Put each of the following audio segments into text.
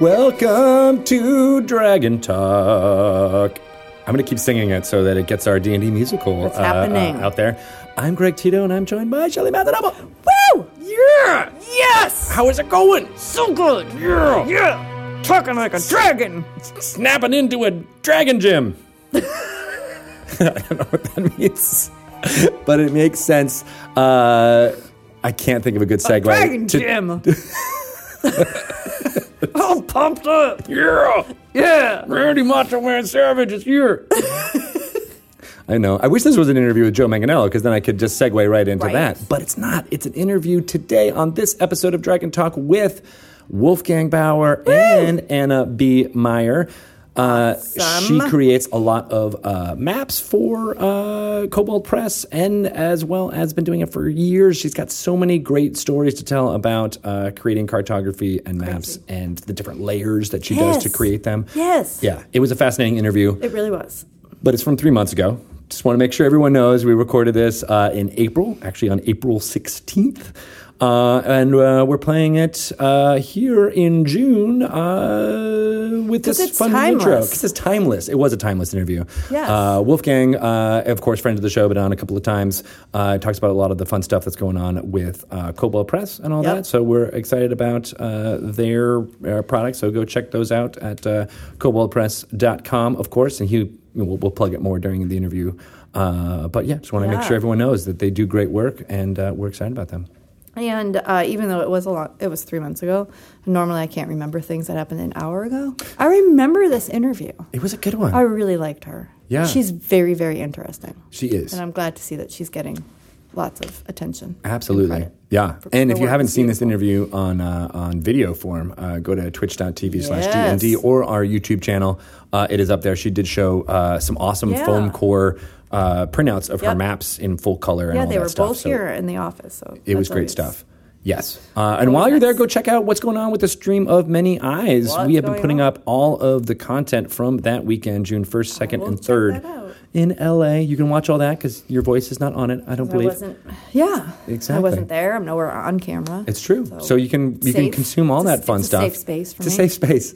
Welcome to Dragon Talk. I'm going to keep singing it so that it gets our D&D musical uh, It's happening. out there. I'm Greg Tito, and I'm joined by Shelly Mathenoble. Woo! Yeah! Yes! How is it going? So good! Yeah! Yeah! Talking like a dragon! Snapping into a dragon gym. I don't know what that means, but it makes sense. Uh, I can't think of a good segue. Dragon to- Jim! oh, pumped up! Yeah! Yeah! Randy Macho Man Savage is here. I know. I wish this was an interview with Joe Manganello because then I could just segue right into Right. that. But it's not. It's an interview today on this episode of Dragon Talk with Wolfgang Bauer and Anna B. Meyer. Uh, she creates a lot of uh, maps for uh, Cobalt Press and as well as been doing it for years. She's got so many great stories to tell about uh, creating cartography and maps and the different layers that she does to Yes. create them. Yes! Yeah, it was a fascinating interview, It really was. but it's from three months ago. Just want to make sure everyone knows we recorded this uh, in April, actually on April 16th. Uh, and uh, we're playing it uh, here in June uh, with this it's fun intro. timeless. 'Cause it's timeless. It was a timeless interview. Yes. Uh, Wolfgang, uh, of course, friend of the show, been on a couple of times. Uh, talks about a lot of the fun stuff that's going on with uh, Cobalt Press and all Yep. that. So we're excited about uh, their uh, products. So go check those out at uh, cobaltpress.com, of course. And he, we'll, we'll plug it more during the interview. Uh, but yeah, just want to make Yeah. sure everyone knows that they do great work and uh, we're excited about them. And uh, even though it was a lot, it was three months ago. Normally, I can't remember things that happened an hour ago. I remember this interview. It was a good one. I really liked her. Yeah. she's very, very interesting, she is. and I'm glad to see that she's getting lots of attention. and Absolutely. credit. Yeah. for- And if for you what haven't it's seen this interview on uh, on video form, uh, go to twitch.tv slash Yes. DND or our YouTube channel. Uh, it is up there. She did show uh, some awesome Yeah. foam core uh, printouts of her Yep. maps in full color and Yeah, all they that were stuff. both So here in the office. So It was that's great always- stuff. Yes. Uh, and while you're there, go check out what's going on with the stream of many eyes. What's we have been going putting on? up all of the content from that weekend, June 1st, 2nd, will and check 3rd that out. in LA. You can watch all that because your voice is not on it, I don't I believe. wasn't. Yeah, Exactly. I wasn't there. I'm nowhere on camera. It's true. So, you can you can safe. consume all It's a- that fun it's a stuff. safe space for it's me. a safe space.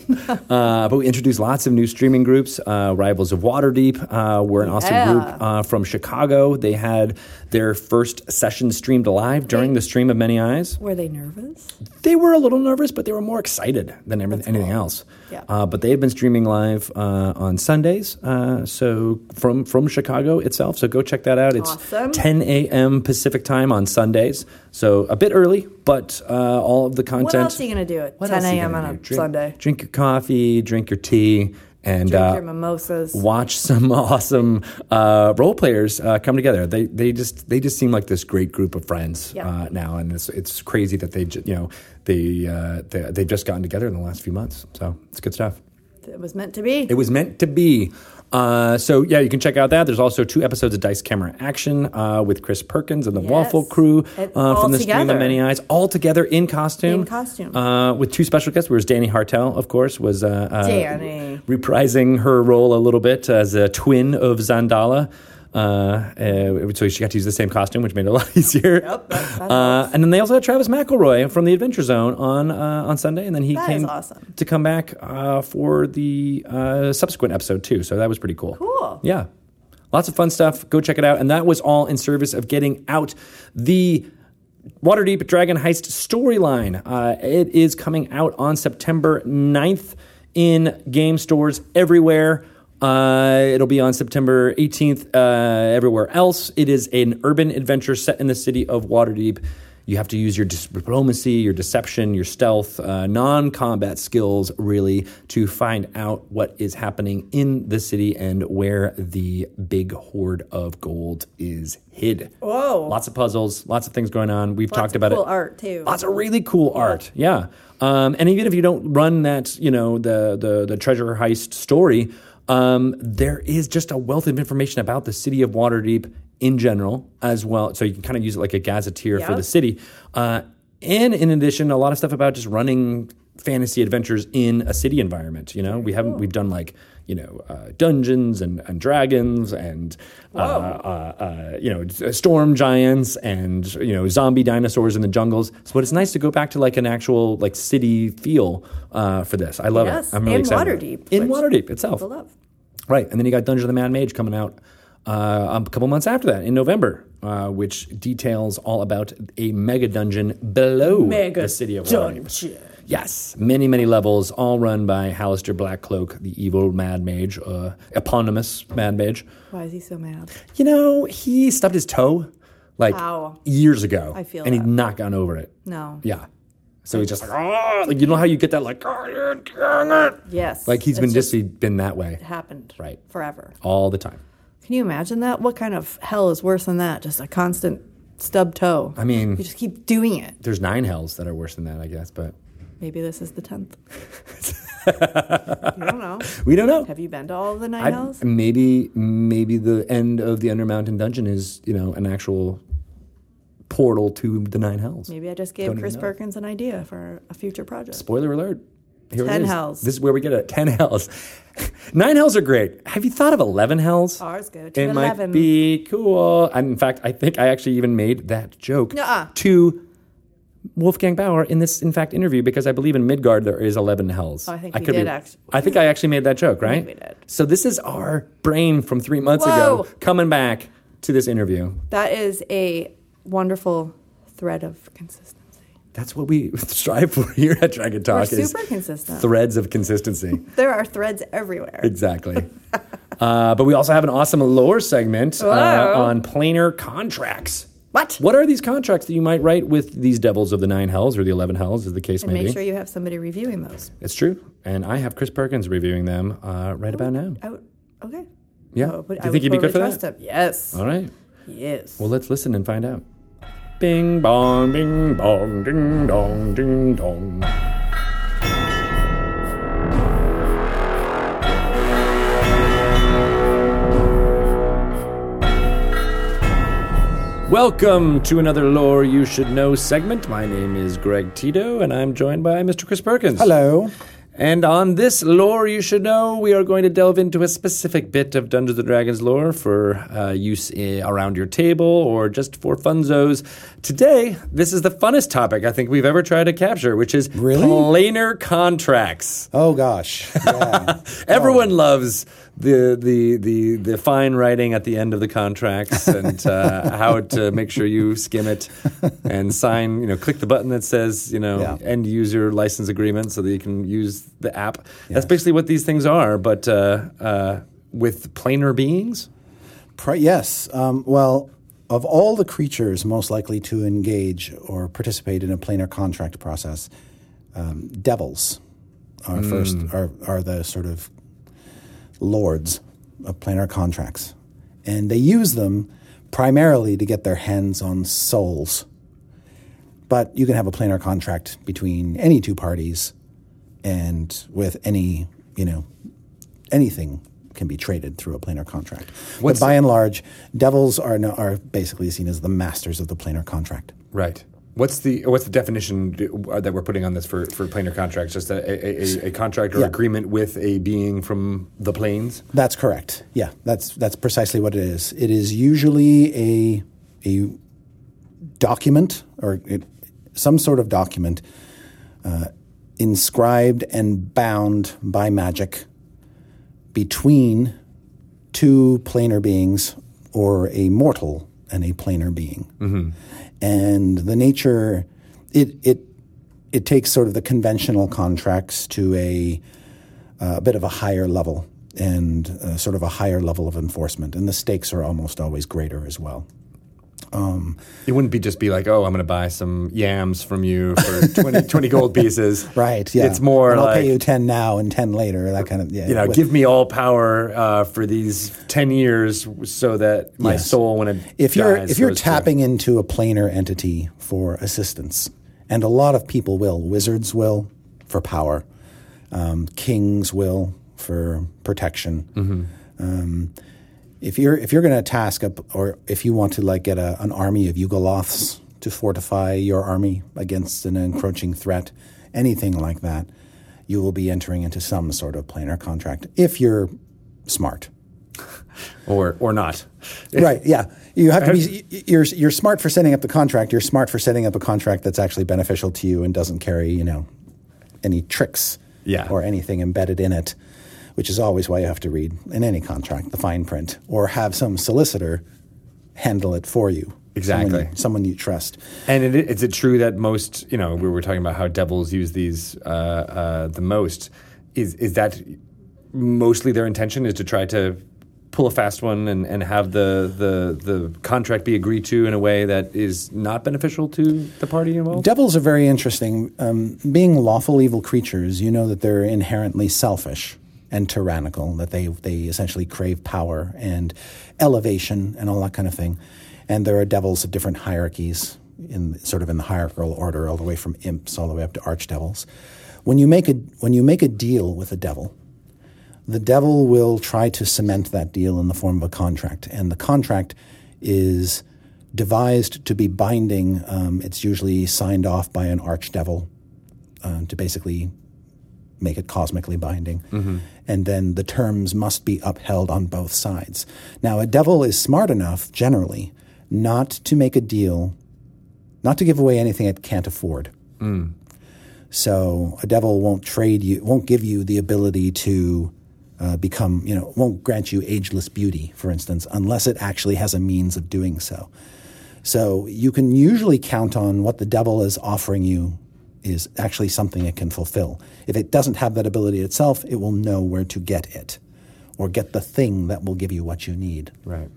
uh, but we introduced lots of new streaming groups. Uh, Rivals of Waterdeep uh, were an awesome Yeah. group uh, from Chicago. They had their first session streamed live during the stream of Many Eyes. Were they nervous? They were a little nervous, but they were more excited than everything, anything else. Yeah. Uh, but they have been streaming live uh, on Sundays, uh, so from from Chicago itself. So go check that out. It's Awesome. 10 a.m. Pacific time on Sundays, so a bit early, but uh, all of the content. What else are you gonna do at What 10 else are you a.m. gonna on a do? drink, Sunday? Drink your coffee, drink your tea, and Drink uh, your mimosas. watch some awesome uh, role players uh, come together. They they just they just seem like this great group of friends Yeah. uh, now, and it's it's crazy that they ju- you know they, uh, they they've just gotten together in the last few months. So it's good stuff. It was meant to be. It was meant to be. Uh, so yeah, you can check out that. There's also two episodes of Dice Camera Action uh, with Chris Perkins and the Yes. Waffle Crew And uh, all from the stream of together. Many Eyes, all together in costume. In costume. uh, with two special guests. Whereas Danny Hartel, of course, was uh, uh, Danny. reprising her role a little bit as a twin of Zandala. Uh, uh, so she got to use the same costume, which made it a lot easier. Yep, that- that uh, and then they also had Travis McElroy from the Adventure Zone on uh, on Sunday, and then he That is came awesome. to come back uh, for the uh, subsequent episode too. So that was pretty cool. Cool. Yeah, lots of fun stuff. Go check it out. And that was all in service of getting out the. Waterdeep Dragon Heist storyline. Uh, it is coming out on September 9th in game stores everywhere. Uh, it'll be on September 18th uh, everywhere else. It is an urban adventure set in the city of Waterdeep. You have to use your diplomacy, your deception, your stealth, uh, non combat skills, really, to find out what is happening in the city and where the big hoard of gold is hid. Whoa. Lots of puzzles, lots of things going on. We've talked of about cool it. art, too. Lots of really cool art. Yeah. Um, and even if you don't run that, you know, the the the treasure heist story, um, there is just a wealth of information about the city of Waterdeep in general as well. So you can kind of use it like a gazetteer for Yeah. the city. Uh, and in addition, a lot of stuff about just running fantasy adventures in a city environment. You know, we haven't we've done like you know uh, Dungeons and, and Dragons and uh, uh, uh, you know s- storm giants and you know zombie dinosaurs in the jungles. So it's nice to go back to like an actual like city feel uh, for this. I love Yes, it. I'm really in excited. about it. Waterdeep, In which- Waterdeep itself. People love. Right, and then you got Dungeon of the Mad Mage coming out uh, a couple months after that in November, uh, which details all about a mega dungeon below the city of Waterdeep. Yes, many many levels, all run by Hallister Blackcloak, the evil Mad Mage, uh, eponymous Mad Mage. Why is he so mad? You know, he stubbed his toe like Ow. years ago, I feel and he'd that. not gotten over it. No. Yeah, so he's just like, oh, like you know how you get that like, oh, dang it. Yes. Like he's it's been just just been that way happened. Right. Forever. all the time. Can you imagine that? What kind of hell is worse than that? Just a constant stub toe. I mean, you just keep doing it. there's nine hells that are worse than that, I guess, but Maybe this is the tenth. you don't know. we don't know. Have you been to all of the nine I- hells? maybe maybe the end of the Undermountain dungeon is, you know, an actual portal to the nine hells. Maybe I just gave Don't even Chris know. Perkins an idea for a future project. Spoiler alert. Here it Ten is. hells. This is where we get it. Ten hells. Nine hells are great. Have you thought of eleven hells? Ours go to it might 11. be cool. And in fact, I think I actually even made that joke Nuh-uh. to Wolfgang Bauer in this, in fact, interview because I believe in Midgard there is eleven hells. Oh, I think we could did be- act- I think I actually made that joke, right? we did. So this is our brain from three months Whoa. ago coming back to this interview. That is a wonderful thread of consistency. That's what we strive for here at Dragon We're Talk is super consistent. threads of consistency. there are threads everywhere. Exactly. uh, but we also have an awesome lore segment uh, Whoa. on planar contracts. What? What are these contracts that you might write with these devils of the nine hells or the eleven hells, as the case may be? Make sure you have somebody reviewing those. It's true. And I have Chris Perkins reviewing them uh, right about now. I would, okay. Yeah. I would- Do you Oh, I think would you'd be good totally for that? trust him. Yes. All right. Yes. Well, let's listen and find out. Bing bong, bing bong, ding dong, ding dong. Welcome to another Lore You Should Know segment. My name is Greg Tito, and I'm joined by Mr. Chris Perkins. Hello. And on this lore you should know, we are going to delve into a specific bit of Dungeons & Dragons lore for uh, use i- around your table or just for funzos. Today, this is the funnest topic I think we've ever tried to capture, which is Really? planar contracts. Oh gosh. Yeah. Everyone loves the, the the the fine writing at the end of the contracts and uh, how to make sure you skim it and sign. You know, click the button that says you know Yeah. end user license agreement so that you can use the app. That's basically what these things are, but uh, uh, with planar beings. Pri- yes. Um, well, of all the creatures most likely to engage or participate in a planar contract process, um, devils are first are are the sort of lords of planar contracts, and they use them primarily to get their hands on souls. But you can have a planar contract between any two parties, and with any you know anything can be traded through a planar contract. What's- but by and large, devils are no, are basically seen as the masters of the planar contract. Right. What's the what's the definition uh, that we're putting on this for, for planar contracts? Just a, a, a, a contract or Yeah. agreement with a being from the planes. That's correct. Yeah, that's that's precisely what it is. It is usually a a document or it, some sort of document uh, inscribed and bound by magic between two planar beings or a mortal and a planar being. And the nature it it it takes sort of the conventional contracts to a a bit of a higher level and uh, sort of a higher level of enforcement, and the stakes are almost always greater as well. It wouldn't be just be like, oh, I'm going to buy some yams from you for 20, 20 gold pieces. Right? Yeah, It's more And I'll like, pay you you, ten now and ten later. That kind of yeah. know, with- give me all power uh, for these 10 years so that my Yes. soul, when it if you're dies, if you're goes to- tapping into a planar entity for assistance, and a lot of people will, wizards will for power, um, kings will for protection. Um, if you're if you're going to task up, or if you want to like get a, an army of Yugoloths to fortify your army against an encroaching threat, anything like that, you will be entering into some sort of planar contract if you're smart. or or not. right. Yeah. You have to be. You're you're smart for setting up the contract. You're smart for setting up a contract that's actually beneficial to you and doesn't carry you know any tricks Yeah. or anything embedded in it, which is always why you have to read in any contract the fine print or have some solicitor handle it for you. Someone Exactly. you, someone you trust. And it, is it true that most, you know, we were talking about how devils use these uh, uh, the most? Is is that mostly their intention is to try to pull a fast one and, and have the, the the contract be agreed to in a way that is not beneficial to the party involved? Devils are very interesting. Um, being lawful evil creatures, you know that they're inherently selfish and tyrannical, that they, they essentially crave power and elevation and all that kind of thing. And there are devils of different hierarchies, in sort of in the hierarchical order, all the way from imps all the way up to archdevils. When you make a when you make a deal with a devil, the devil will try to cement that deal in the form of a contract, and the contract is devised to be binding. Um, it's usually signed off by an archdevil uh, to basically make it cosmically binding, and then the terms must be upheld on both sides. Now, a devil is smart enough, generally, not to make a deal, not to give away anything it can't afford. So a devil won't trade you, won't give you the ability to uh, become, you know, won't grant you ageless beauty, for instance, unless it actually has a means of doing so. So you can usually count on what the devil is offering you is actually something it can fulfill. If it doesn't have that ability itself, it will know where to get it or get the thing that will give you what you need. Right.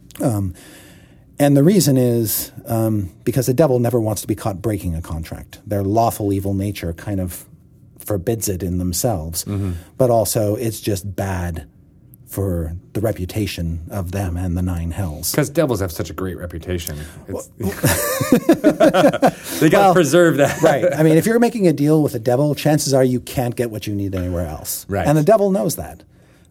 And the reason is um, because the devil never wants to be caught breaking a contract. Their lawful evil nature kind of forbids it in themselves, but also it's just bad for the reputation of them and the nine hells. Because devils have such a great reputation. It's, they got to preserve that. right. I mean, if you're making a deal with the devil, chances are you can't get what you need anywhere else. Right. And the devil knows that.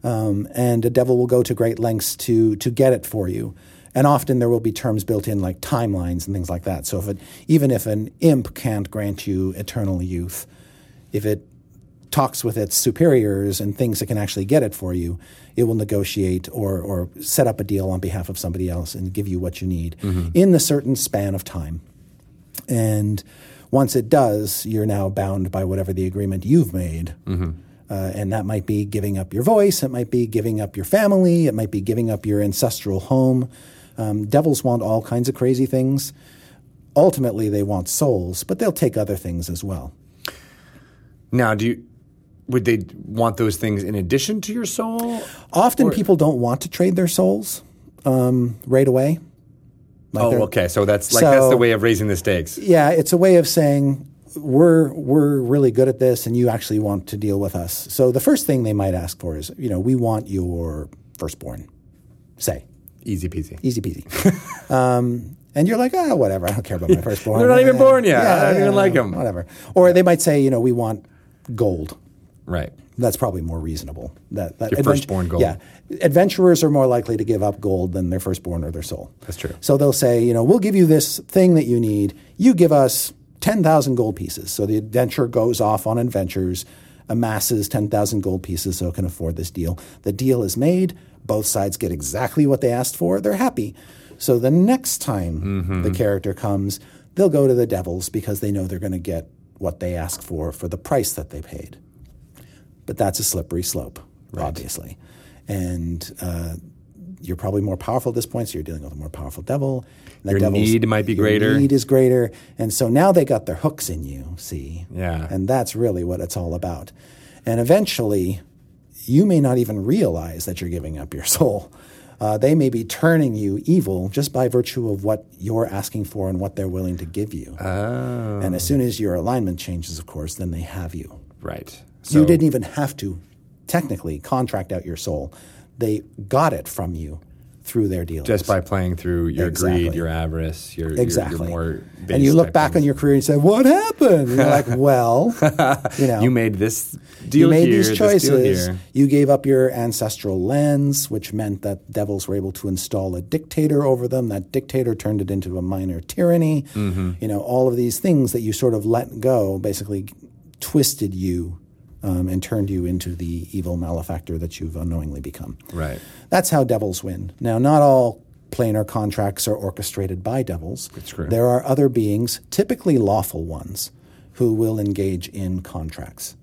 Um, and the devil will go to great lengths to to get it for you. And often there will be terms built in like timelines and things like that. So if it, even if an imp can't grant you eternal youth, if it talks with its superiors and things that can actually get it for you, it will negotiate or, or set up a deal on behalf of somebody else and give you what you need in the certain span of time. And once it does, you're now bound by whatever the agreement you've made. Uh, and that might be giving up your voice, it might be giving up your family, it might be giving up your ancestral home. Um, devils want all kinds of crazy things. Ultimately, they want souls, but they'll take other things as well. Now, do you would they want those things in addition to your soul? Often people don't want to trade their souls um, right away. Like Oh, they're- okay. So that's like that's So- the way of raising the stakes. yeah, it's a way of saying we're we're really good at this, and you actually want to deal with us. So the first thing they might ask for is, you know, we want your firstborn, say, Easy peasy. easy peasy. um, and you're like, ah, whatever, I don't care about my firstborn. They're not even Eh, born yet. I don't even like 'em." Whatever. Or they might say, you know, we want gold. Right. That's probably more reasonable. That, that Your advent- firstborn gold. Yeah, adventurers are more likely to give up gold than their firstborn or their soul. That's true. So they'll say, you know, we'll give you this thing that you need. You give us ten thousand gold pieces. So the adventurer goes off on adventures, amasses ten thousand gold pieces, so can afford this deal. The deal is made. Both sides get exactly what they asked for. They're happy. So the next time Mm-hmm. the character comes, they'll go to the devils because they know they're going to get what they ask for for the price that they paid but that's a slippery slope, obviously. And uh, you're probably more powerful at this point, so you're dealing with a more powerful devil. And that Your devil's- need might be your greater. Need is greater, and so now they got their hooks in you. See, Yeah. and that's really what it's all about. And eventually, you may not even realize that you're giving up your soul. Uh, they may be turning you evil just by virtue of what you're asking for and what they're willing to give you. Oh. And as soon as your alignment changes, of course, then they have you Right. So you didn't even have to technically contract out your soul. They got it from you through their deal. just by playing through your greed, Exactly. your avarice, your your- your exactly. more and you base look type back on things. your career and say, "What happened?" And you're like, "Well, you know, you made this you deal made here, these this deal choices. here. You gave up your ancestral lands, which meant that devils were able to install a dictator over them. That dictator turned it into a minor tyranny. Mm-hmm. You know, all of these things that you sort of let go basically twisted you um, and turned you into the evil malefactor that you've unknowingly become. Right. That's how devils win. Now, not all planar contracts are orchestrated by devils. true. There are other beings, typically lawful ones, who will engage in contracts.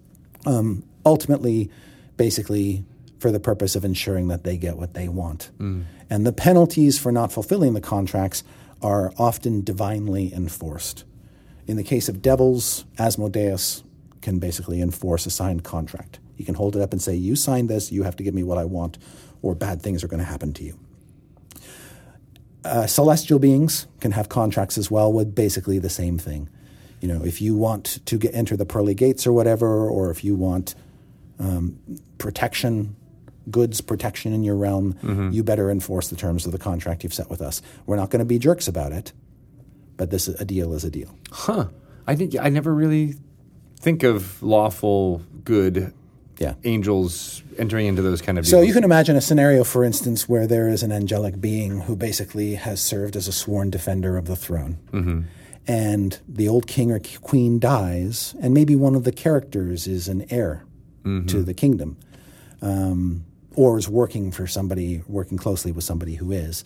Um, ultimately, basically, for the purpose of ensuring that they get what they want. And the penalties for not fulfilling the contracts are often divinely enforced. In the case of devils, Asmodeus can basically enforce a signed contract. He can hold it up and say, You signed this, you have to give me what I want, or bad things are going to happen to you uh, celestial beings can have contracts as well with basically the same thing. You know, if you want to get, enter the pearly gates or whatever, or if you want um, protection, goods protection in your realm, you better enforce the terms of the contract you've set with us. We're not going to be jerks about it, but this a deal is a deal. Huh. I think I never really think of lawful good Yeah. angels entering into those kind of So deals. you can imagine a scenario, for instance, where there is an angelic being who basically has served as a sworn defender of the throne. And the old king or queen dies, and maybe one of the characters is an heir to the kingdom um, or is working for somebody, working closely with somebody who is,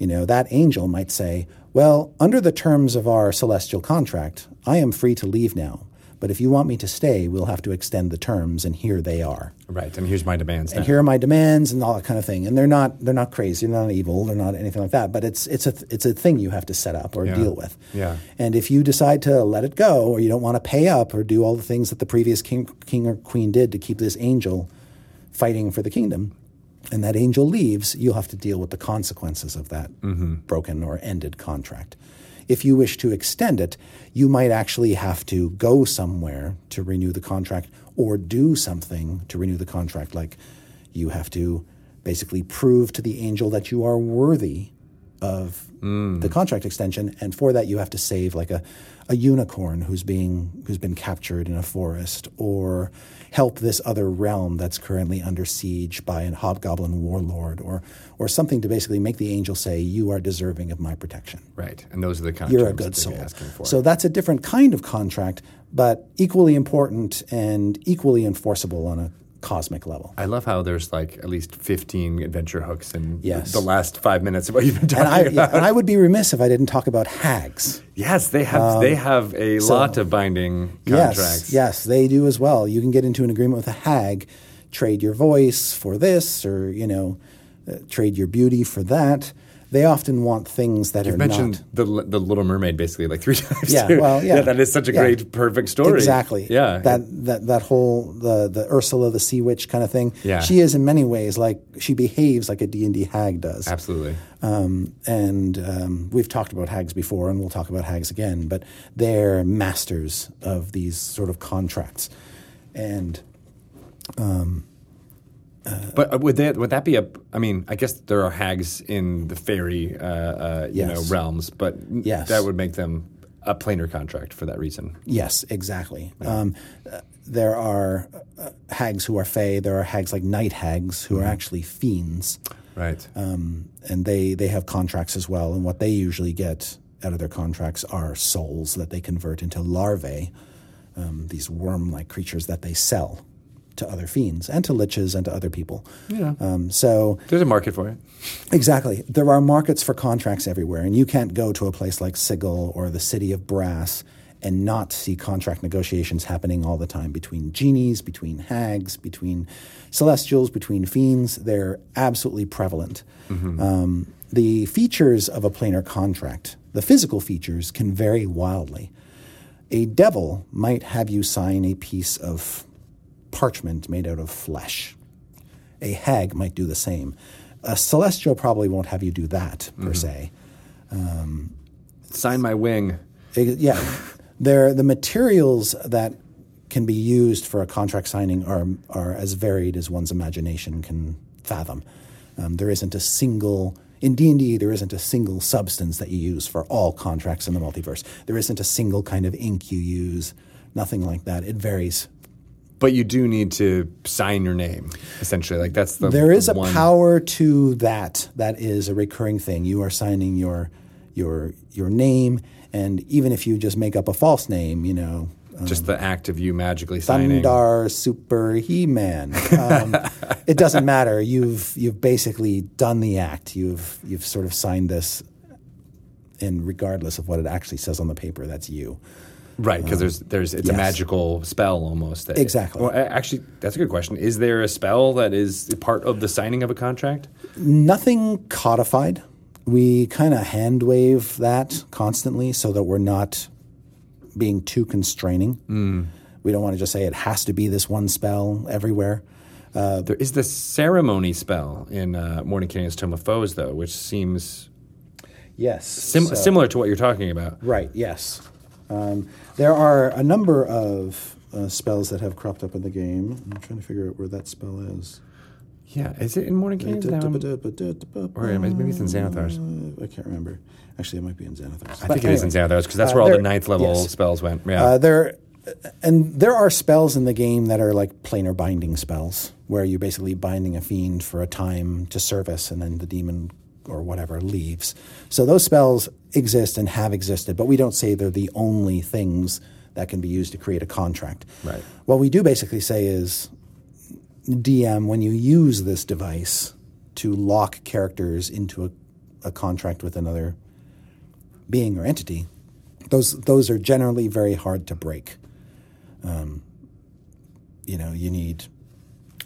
you know, that angel might say, Well, under the terms of our celestial contract, I am free to leave now. But if you want me to stay, we'll have to extend the terms, and here they are. right, and here's my demands now. And here are my demands and all that kind of thing. And they're not they're not crazy, they're not evil, they're not anything like that. But it's it's a th- it's a thing you have to set up or deal with. Yeah. And if you decide to let it go, or you don't want to pay up, or do all the things that the previous king king or queen did to keep this angel fighting for the kingdom, and that angel leaves, you'll have to deal with the consequences of that broken or ended contract. If you wish to extend it, you might actually have to go somewhere to renew the contract or do something to renew the contract. Like you have to basically prove to the angel that you are worthy of Mm. the contract extension, and for that you have to save like a, a unicorn who's being who's been captured in a forest, or help this other realm that's currently under siege by a hobgoblin warlord, or or something to basically make the angel say you are deserving of my protection. Right, and those are the kind You're of a terms good that soul. they're asking for. So that's a different kind of contract, but equally important and equally enforceable on a cosmic level. I love how there's like at least 15 adventure hooks in th- Yes. the last five minutes of what you've been talking And I, about. yeah, and I would be remiss if I didn't talk about hags. Yes, they have they have a lot of binding contracts. Um, Yes, yes, they do as well. You can get into an agreement with a hag, trade your voice for this, or you know, uh, trade your beauty for that. They often want things that are You mentioned not the Li- the Little Mermaid basically like three times. Yeah, too. well, yeah. that is such a Yeah. great perfect story. exactly. Yeah, that that that whole the the Ursula the sea witch kind of thing. Yeah. she is in many ways like she behaves like a D and D hag does. absolutely. Um, and um, we've talked about hags before, and we'll talk about hags again, but they're masters of these sort of contracts. And But uh, would that would that be a? I mean, I guess there are hags in the fairy, uh, uh, you Yes. know, realms, but n- Yes. that would make them a planar contract for that reason. Yes, exactly. Um, uh, there are uh, hags who are fae. There are hags like night hags who are actually fiends, Right. um, and they they have contracts as well. And what they usually get out of their contracts are souls that they convert into larvae, um, these worm-like creatures that they sell to other fiends and to liches and to other people. Yeah. Um, so There's a market for it. Exactly. There are markets for contracts everywhere, and you can't go to a place like Sigil or the city of Brass and not see contract negotiations happening all the time between genies, between hags, between celestials, between fiends. They're absolutely prevalent. Um, the features of a planar contract, the physical features, can vary wildly. A devil might have you sign a piece of parchment made out of flesh. A hag might do the same. A celestial probably won't have you do that per se. Sign my wing. It- yeah, there the materials that can be used for a contract signing are are as varied as one's imagination can fathom. Um, there isn't a single in D and D. There isn't a single substance that you use for all contracts in the multiverse. There isn't a single kind of ink you use. Nothing like that. It varies But you do need to sign your name, essentially. Like that's the There is a one- power to that. That is a recurring thing. You are signing your your your name, and even if you just make up a false name, you know, Just the act of you magically signing. Thunder Super He Man. Um, it doesn't matter. You've you've basically done the act. You've you've sort of signed this, and regardless of what it actually says on the paper, that's you. Right, because there's there's it's a yes. magical spell almost. That Exactly. Well, a- actually, that's a good question. Is there a spell that is part of the signing of a contract? Nothing codified. We kind of hand wave that constantly so that we're not being too constraining. Mm. We don't want to just say it has to be this one spell everywhere. Uh, There is the ceremony spell in uh, Morning King's Tome of Foes, though, which seems Yes. sim- so- similar to what you're talking about. Right. Yes. Um, there are a number of uh, spells that have cropped up in the game. I'm trying to figure out where that spell is. Yeah, is it in Morning King's? Now I'm- Or Or maybe it's in Xanathar's. I can't remember. Actually, it might be in Xanathar's. I think it is in Xanathar's because that's Uh, where all the there- ninth level yes. spells went. Yeah. Uh, there, and there are spells in the game that are like planar binding spells, where you're basically binding a fiend for a time to service, and then the demon or whatever leaves. So those spells exist and have existed, but we don't say they're the only things that can be used to create a contract. Right. What we do basically say is, DM, when you use this device to lock characters into a, a contract with another being or entity, those those are generally very hard to break. Um, you know, you need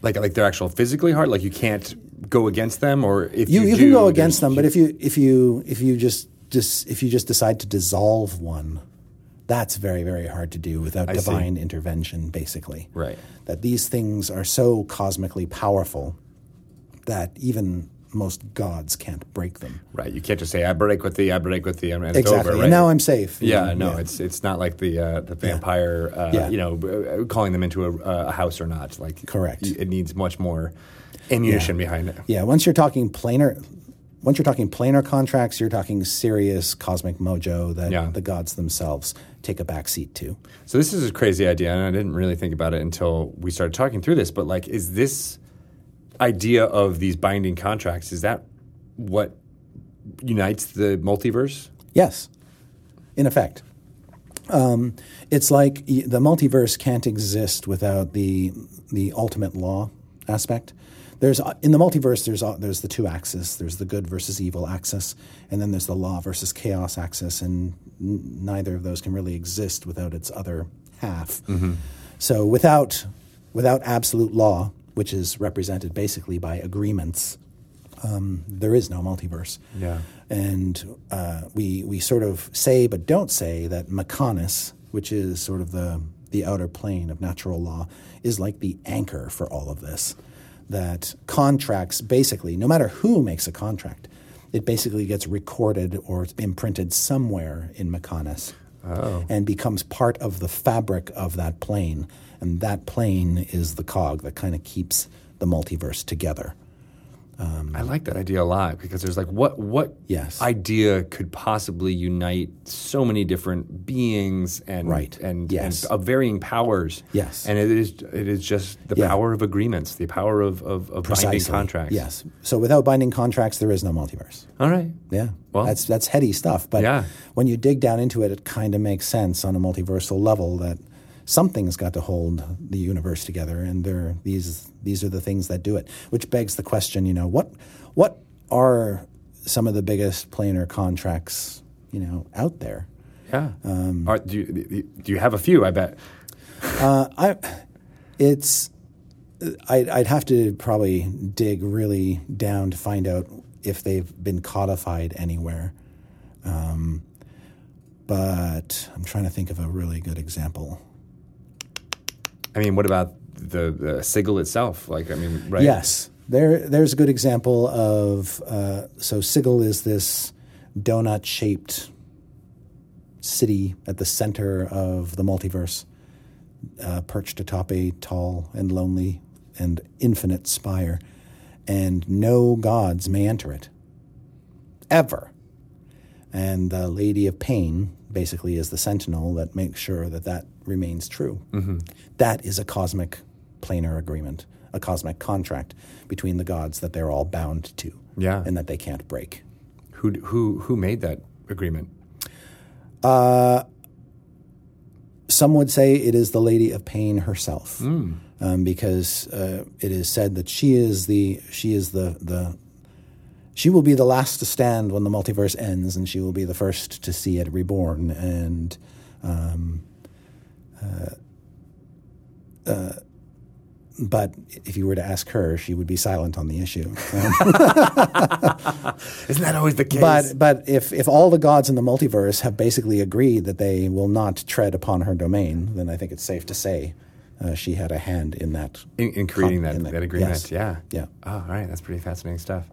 like like they're actual physically hard. Like you can't go against them, or if you you, you do, can go there's- against them, but if you if you if you just just if you just decide to dissolve one, that's very very hard to do without see. divine intervention, basically. Right. That these things are so cosmically powerful that even most gods can't break them. right, you can't just say I break with thee, I break with thee, and it's exactly. over. Right? And now I'm safe. yeah, no, it's it's not like the uh, the vampire, Uh, Yeah. you know, b- uh, calling them into a, a house or not. Like Correct. y- it needs much more ammunition behind it. Yeah, once you're talking planar, once you're talking planar contracts, you're talking serious cosmic mojo that Yeah. the gods themselves take a backseat to. So this is a crazy idea, and I didn't really think about it until we started talking through this. But like, is this idea of these binding contracts is that what unites the multiverse? Yes, in effect, um, it's like y- the multiverse can't exist without the the ultimate law aspect. There's uh, in the multiverse there's uh, there's the two axes. There's the good versus evil axis, and then there's the law versus chaos axis, and n- neither of those can really exist without its other half. So without without absolute law, which is represented basically by agreements, um, there is no multiverse. Yeah. And uh, we we sort of say but don't say that Mechanus, which is sort of the the outer plane of natural law, is like the anchor for all of this. That contracts basically, no matter who makes a contract, it basically gets recorded or imprinted somewhere in Mechanus. And becomes part of the fabric of that plane. And that plane is the cog that kind of keeps the multiverse together. I like that idea a lot because there's like what what Yes. idea could possibly unite so many different beings and Right. and, Yes. and of varying powers. Yes. And it is it is just the Yeah. power of agreements, the power of, of, of binding Precisely. contracts. Yes. So without binding contracts, there is no multiverse. All right. Yeah. Well- that's that's heady stuff, but Yeah. when you dig down into it, it kind of makes sense on a multiversal level that something's got to hold the universe together, and there these these are the things that do it. Which begs the question, you know, what what are some of the biggest planar contracts, you know, out there? Yeah. Um, All right, do you do you have a few? I bet. Uh, I, it's, I'd, I'd have to probably dig really down to find out if they've been codified anywhere. Um, but I'm trying to think of a really good example. I mean, what about the, the sigil itself? Like, I mean, right? Yes, there, there's a good example of. Uh, so sigil is this donut-shaped city at the center of the multiverse, uh, perched atop a tall and lonely and infinite spire, and no gods may enter it, ever. And the Lady of Pain basically is the sentinel that makes sure that that remains true. That is a cosmic planar agreement, a cosmic contract between the gods that they're all bound to, Yeah. and that they can't break. Who who who made that agreement? Some would say it is the Lady of Pain herself, um, because uh, it is said that she is the she is the the she will be the last to stand when the multiverse ends, and she will be the first to see it reborn. And um, uh, uh, but if you were to ask her, she would be silent on the issue. Isn't that always the case? But but if if all the gods in the multiverse have basically agreed that they will not tread upon her domain, then I think it's safe to say uh, she had a hand in that in, in creating con- that, in that, agreement. yes. Yeah. yeah. Oh, all right. That's pretty fascinating stuff.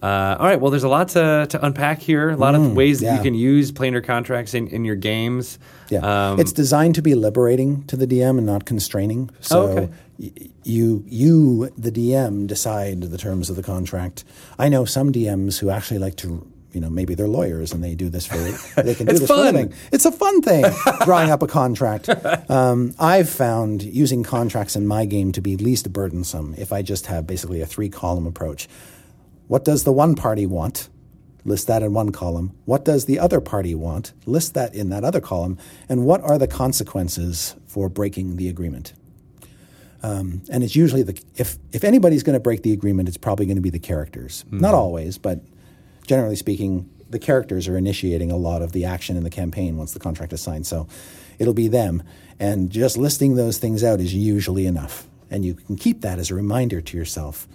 Uh, all right. Well, there's a lot to, to unpack here. A lot of ways that Mm, yeah. you can use planar contracts in, in your games. Yeah, Um, it's designed to be liberating to the DM and not constraining. So Oh, okay. y- you you the DM decide the terms of the contract. I know some DMs who actually like to you know maybe they're lawyers and they do this for they can do It's this for a fun. living. It's a fun thing drawing up a contract. Um, I've found using contracts in my game to be least burdensome if I just have basically a three column approach. What does the one party want? List that in one column. What does the other party want? List that in that other column. And what are the consequences for breaking the agreement? Um, and it's usually the if if anybody's going to break the agreement, it's probably going to be the characters. Not always, but generally speaking, the characters are initiating a lot of the action in the campaign once the contract is signed. So it'll be them, and just listing those things out is usually enough. And you can keep that as a reminder to yourself.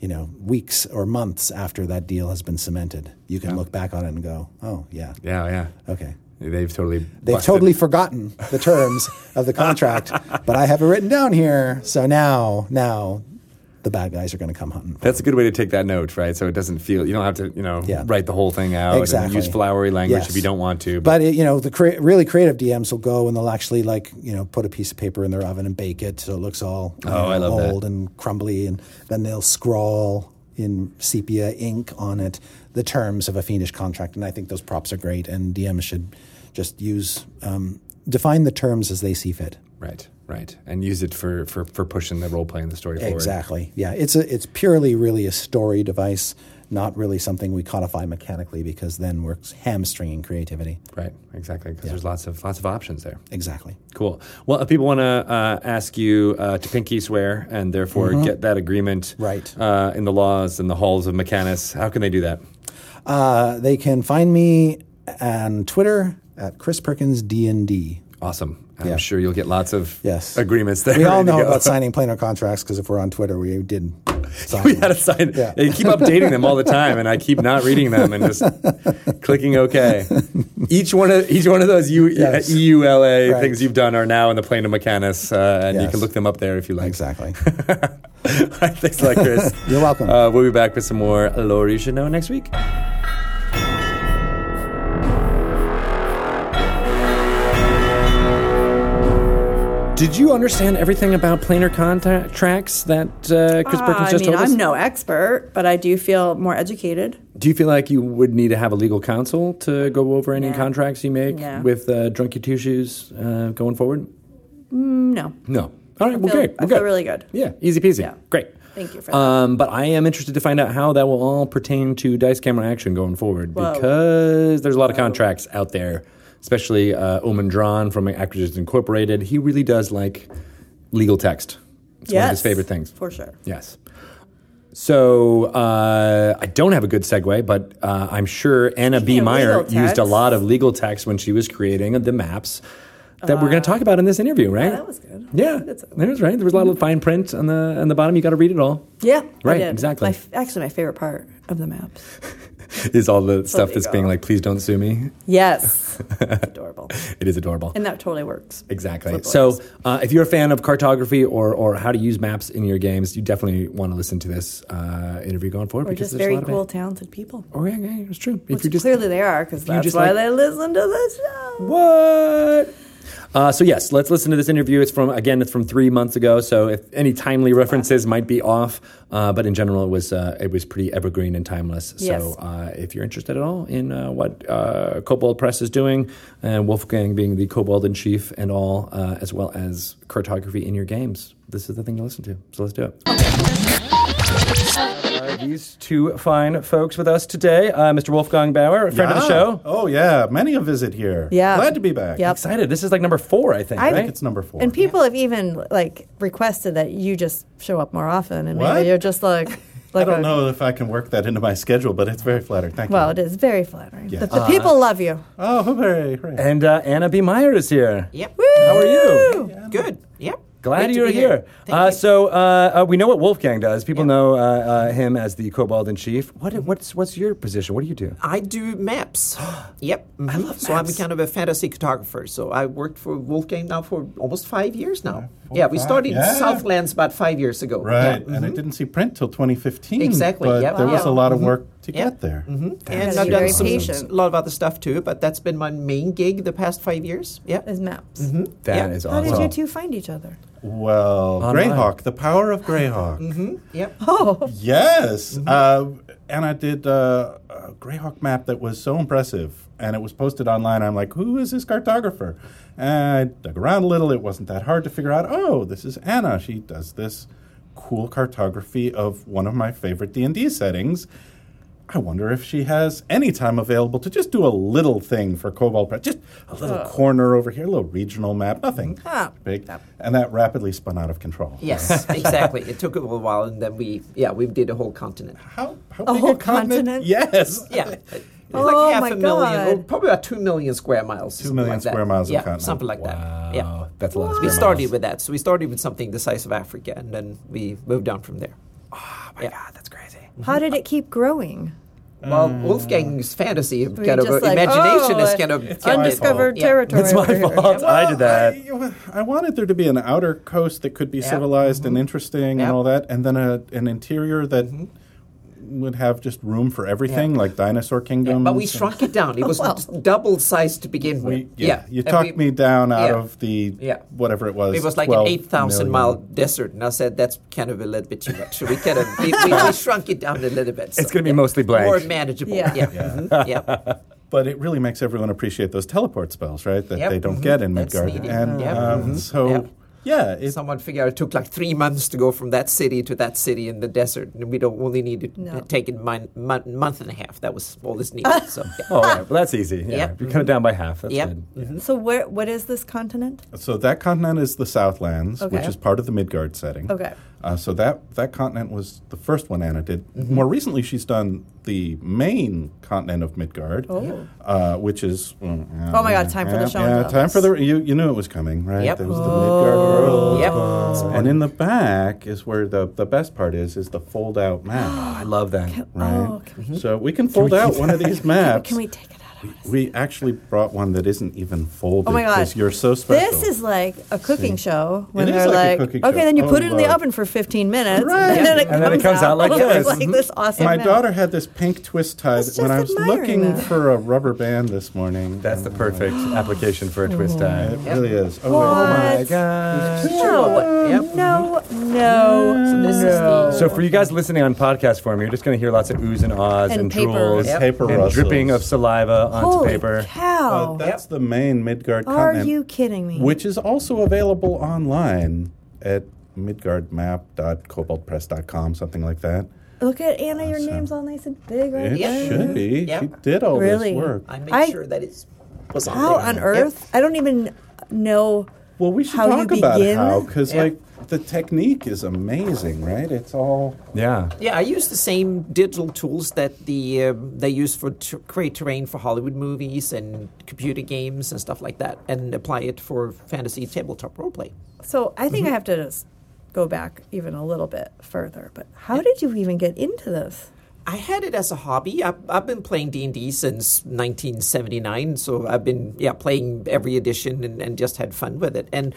You know, weeks or months after that deal has been cemented, you can look back on it and go, "Oh yeah, yeah. Yeah. okay." They've totally. They've busted- totally forgotten the terms of the contract, but I have it written down here. So now, now, the bad guys are going to come hunting. That's a good way to take that note, right? So it doesn't feel you don't have to, you know, Yeah. write the whole thing out and Exactly. use flowery language if Yes. you don't want to. But it, you know, the crea- really creative DMs will go and they'll actually like you know put a piece of paper in their oven and bake it so it looks all you know, Oh, I love that. old and crumbly, and then they'll scrawl in sepia ink on it the terms of a fiendish contract. And I think those props are great, and DMs should just use um, define the terms as they see fit. right, right, and use it for for, for pushing the role play and the story forward. Exactly. Yeah, it's a it's purely really a story device, not really something we codify mechanically because then we're hamstringing creativity. Right, exactly, because there's lots of lots of options there. Exactly. Cool. Well, if people want to uh, ask you uh, to pinky swear and therefore get that agreement Mm-hmm. Right. uh, in the laws and the halls of Mechanus, how can they do that? Uh, they can find me on Twitter at Chris Perkins D and D. Awesome. I'm Yeah. sure you'll get lots of Yes. agreements there. We all ready to know go. about signing planar contracts because if we're on Twitter, we did. Sign we them. had to sign. They keep updating them all the time, and I keep not reading them and just clicking OK. Each one of each one of those U, Yes. EULA Right. things you've done are now in the plane of Mechanus, uh, and you Yes. can look them up there if you like. Exactly. All right, thanks a lot, Chris. You're welcome. Uh, we'll be back with some more Lori Should Know next week. Did you understand everything about planar contracts that uh, Chris Perkins Ah, I just mean, told us? I'm no expert, but I do feel more educated. Do you feel like you would need to have a legal counsel to go over any No. contracts you make No. with uh, Drunky Two Shoes uh, going forward? Mm, No. No. All right. I well, feel- great. I well, feel good. really good. Yeah. Easy peasy. Great. Thank you for that. Um, but I am interested to find out how that will all pertain to dice camera action going forward Whoa. because there's a lot of contracts out there, especially uh, Omen Drawn from Acquisitions Incorporated. He really does like legal text. It's one of his Yes, favorite things. For sure. Yes. So uh, I don't have a good segue, but uh, I'm sure Anna B. Speaking of Meyer legal used a text. lot of legal text when she was creating the maps that we're going to talk about in this interview, right? Uh, that was good. Yeah, That's- Mhm. that was right. There was a lot of fine print on the on the bottom. You got to read it all. Yeah. I Right, did. exactly. My f- actually, my favorite part of the maps. Is all the stuff that's legal. being like, please don't sue me. Yes. It's adorable. It is adorable. And that totally works. Exactly. Flip So, books. uh, if you're a fan of cartography or, or how to use maps in your games, you definitely want to listen to this uh, interview going forward we're because just there's a very lot cool, of talented people. it. Oh, yeah, yeah, it's true. Which clearly they are, because that's just why like- they listen to the show. What? Uh, so yes, let's listen to this interview. It's from again, it's from three months ago. So if any timely references might be off, uh, but in general, it was uh, it was pretty evergreen and timeless. So Yes. uh, if you're interested at all in uh, what uh, Kobold Press is doing, and Wolfgang being the Kobold in chief and all, uh, as well as cartography in your games, this is the thing to listen to. So let's do it. are these two fine folks with us today. Uh, Mr. Wolfgang Bauer, a friend of the show. Oh yeah, many a visit here. Yeah. glad to be back. Yep. Excited. This is like number four, I think, I- right? It's number four. And people have even like requested that you just show up more often, and What? maybe you're just like, I like don't a- know if I can work that into my schedule, but it's very flattering. Thank Well, you. it is very flattering. But the people love you. Oh, hooray! hooray. and uh, Anna B. Meyer is here. Yep. How are you? Good. Yep. Great Glad to you're be here. Thank Uh, you. so uh, uh, we know what Wolfgang does. People know uh, uh, him as the Cobalt in Chief. What, what's what's your position? What do you do? I do maps. yep. I love So I'm maps. kind of a fantasy cartographer. So I worked for Wolfgang now for almost five years now. four, Yeah, we five. started in Yeah. Southlands about five years ago. Right, Yeah. mm-hmm. and I didn't see print till 2015. Exactly, but yep. there was a Wow. lot of work to Yep. Mm-hmm. get there. And That's I've very done some, patient. a lot of other stuff too, but that's been my main gig the past five years. Yeah. Uh, Is maps. That Yeah. is How awesome. did you two find each other? Well, Online. Greyhawk, the power of Greyhawk. Mm-hmm. Yep. Yes. Mm-hmm. Uh, and I did uh, a Greyhawk map that was so impressive, and it was posted online. I'm like, who is this cartographer? And I dug around a little. It wasn't that hard to figure out. Oh, this is Anna. She does this cool cartography of one of my favorite D and D settings. I wonder if she has any time available to just do a little thing for Cobalt Press. Just a little corner over here, a little regional map, nothing Ah. big. And that rapidly spun out of control. Yes, exactly. It took a little while, and then we, yeah, we did a whole continent. How, how A big whole a continent? continent? Yes. Yeah. Oh like half my a million, or God. probably about two million square miles. Two something million like that. square miles of yeah, continent. something like that. Yeah, Wow, that's a lot of We square started miles. with that, so we started with something the size of Africa, and then we moved on from there. Oh my Yeah. God, that's crazy. How did it keep growing? Well, Wolfgang's fantasy kind of just like, imagination oh, is kind of my kind of- undiscovered yeah. That's my fault. I did that. I, I wanted there to be an outer coast that could be civilized and interesting Mm-hmm. Yep. and all that, and then a, an interior that would have just room for everything, like dinosaur Mm-hmm. Yeah, kingdoms. but we and- shrunk it down. It was double sized to begin with. We, yeah, yeah, you and talked we- me down out yeah. of the Yeah. whatever it was. It was like 12 an 8,000 million. mile desert, and I said that's kind of a little bit too much. So we kind of we, we, we shrunk it down a little bit. so, It's going to be yeah. mostly blank. More manageable. Yeah. Yeah. Yeah. Mhm. yeah. But it really makes everyone appreciate those teleport spells, right? That Yep, they don't mhm. get in That's Midgard. needed. And Yep, um, mhm. so, Yep. yeah, it, Someone figured it took like three months to go from that city to that city in the desert, and we don't only need to No. take it mon- mon- month and a half. That was all that's needed. So, yeah. Oh, all right. well, that's easy. Yeah, Yep. you cut it down by half. That's Yep. Mm-hmm. good. So where? What is this continent? So that continent is the Southlands, which Okay. is part of the Midgard setting. Okay. Uh, so that that continent was the first one Anna did. Mm-hmm. More recently, she's done the main continent of Midgard, Oh. uh, which is oh my God, time for the show and Yeah, tell. time for the you, you knew it was coming, right? Yep. There was the Oh, Midgard world. Yep. And in the back is where the, the best part is is the fold out map, I love that. right? Oh, can, So we can fold out one of these maps. can we take it out? Of We actually brought one that isn't even folded. Oh my God! Because you're so special. This is like a cooking show when is they're like like, a cooking okay, show. then you Oh, put it in the Lord. oven for 15 minutes, Right. and then it And comes, then it comes out like It's this. like this awesome. My map. daughter had this pink twist tie was that when just I was admiring looking that. for a rubber band this morning. Um, That's the perfect application for a twist It Mm-hmm. tie. really is. Oh, Oh wait. my What? God. No, Yep. no, no. So this is the- So for you guys listening on podcast form, you're just going to hear lots of oohs and ahs and, And paper. drools Yep. Paper and rustles. dripping of saliva onto Holy paper. Uh, cow! that's the main Midgard Are continent, you kidding me? which is also available online at midgardmap.cobaltpress.com, something like that. Look at Anna, your Awesome. name's all nice and big right It there. should be. Yep. She did all Really? this work. I made I- sure that it was on How there. on Yep. earth? I don't even know. Well, we should How you talk about begin? how, because Yeah. like the technique is amazing, right? It's all Yeah. Yeah, I use the same digital tools that the um, they use for t- create terrain for Hollywood movies and computer games and stuff like that, and apply it for fantasy tabletop roleplay. So I Mm-hmm. think I have to just go back even a little bit further. But how did you even get into this? I had it as a hobby. I've, I've been playing D and D since 1979, so I've been yeah playing every edition and, and just had fun with it. And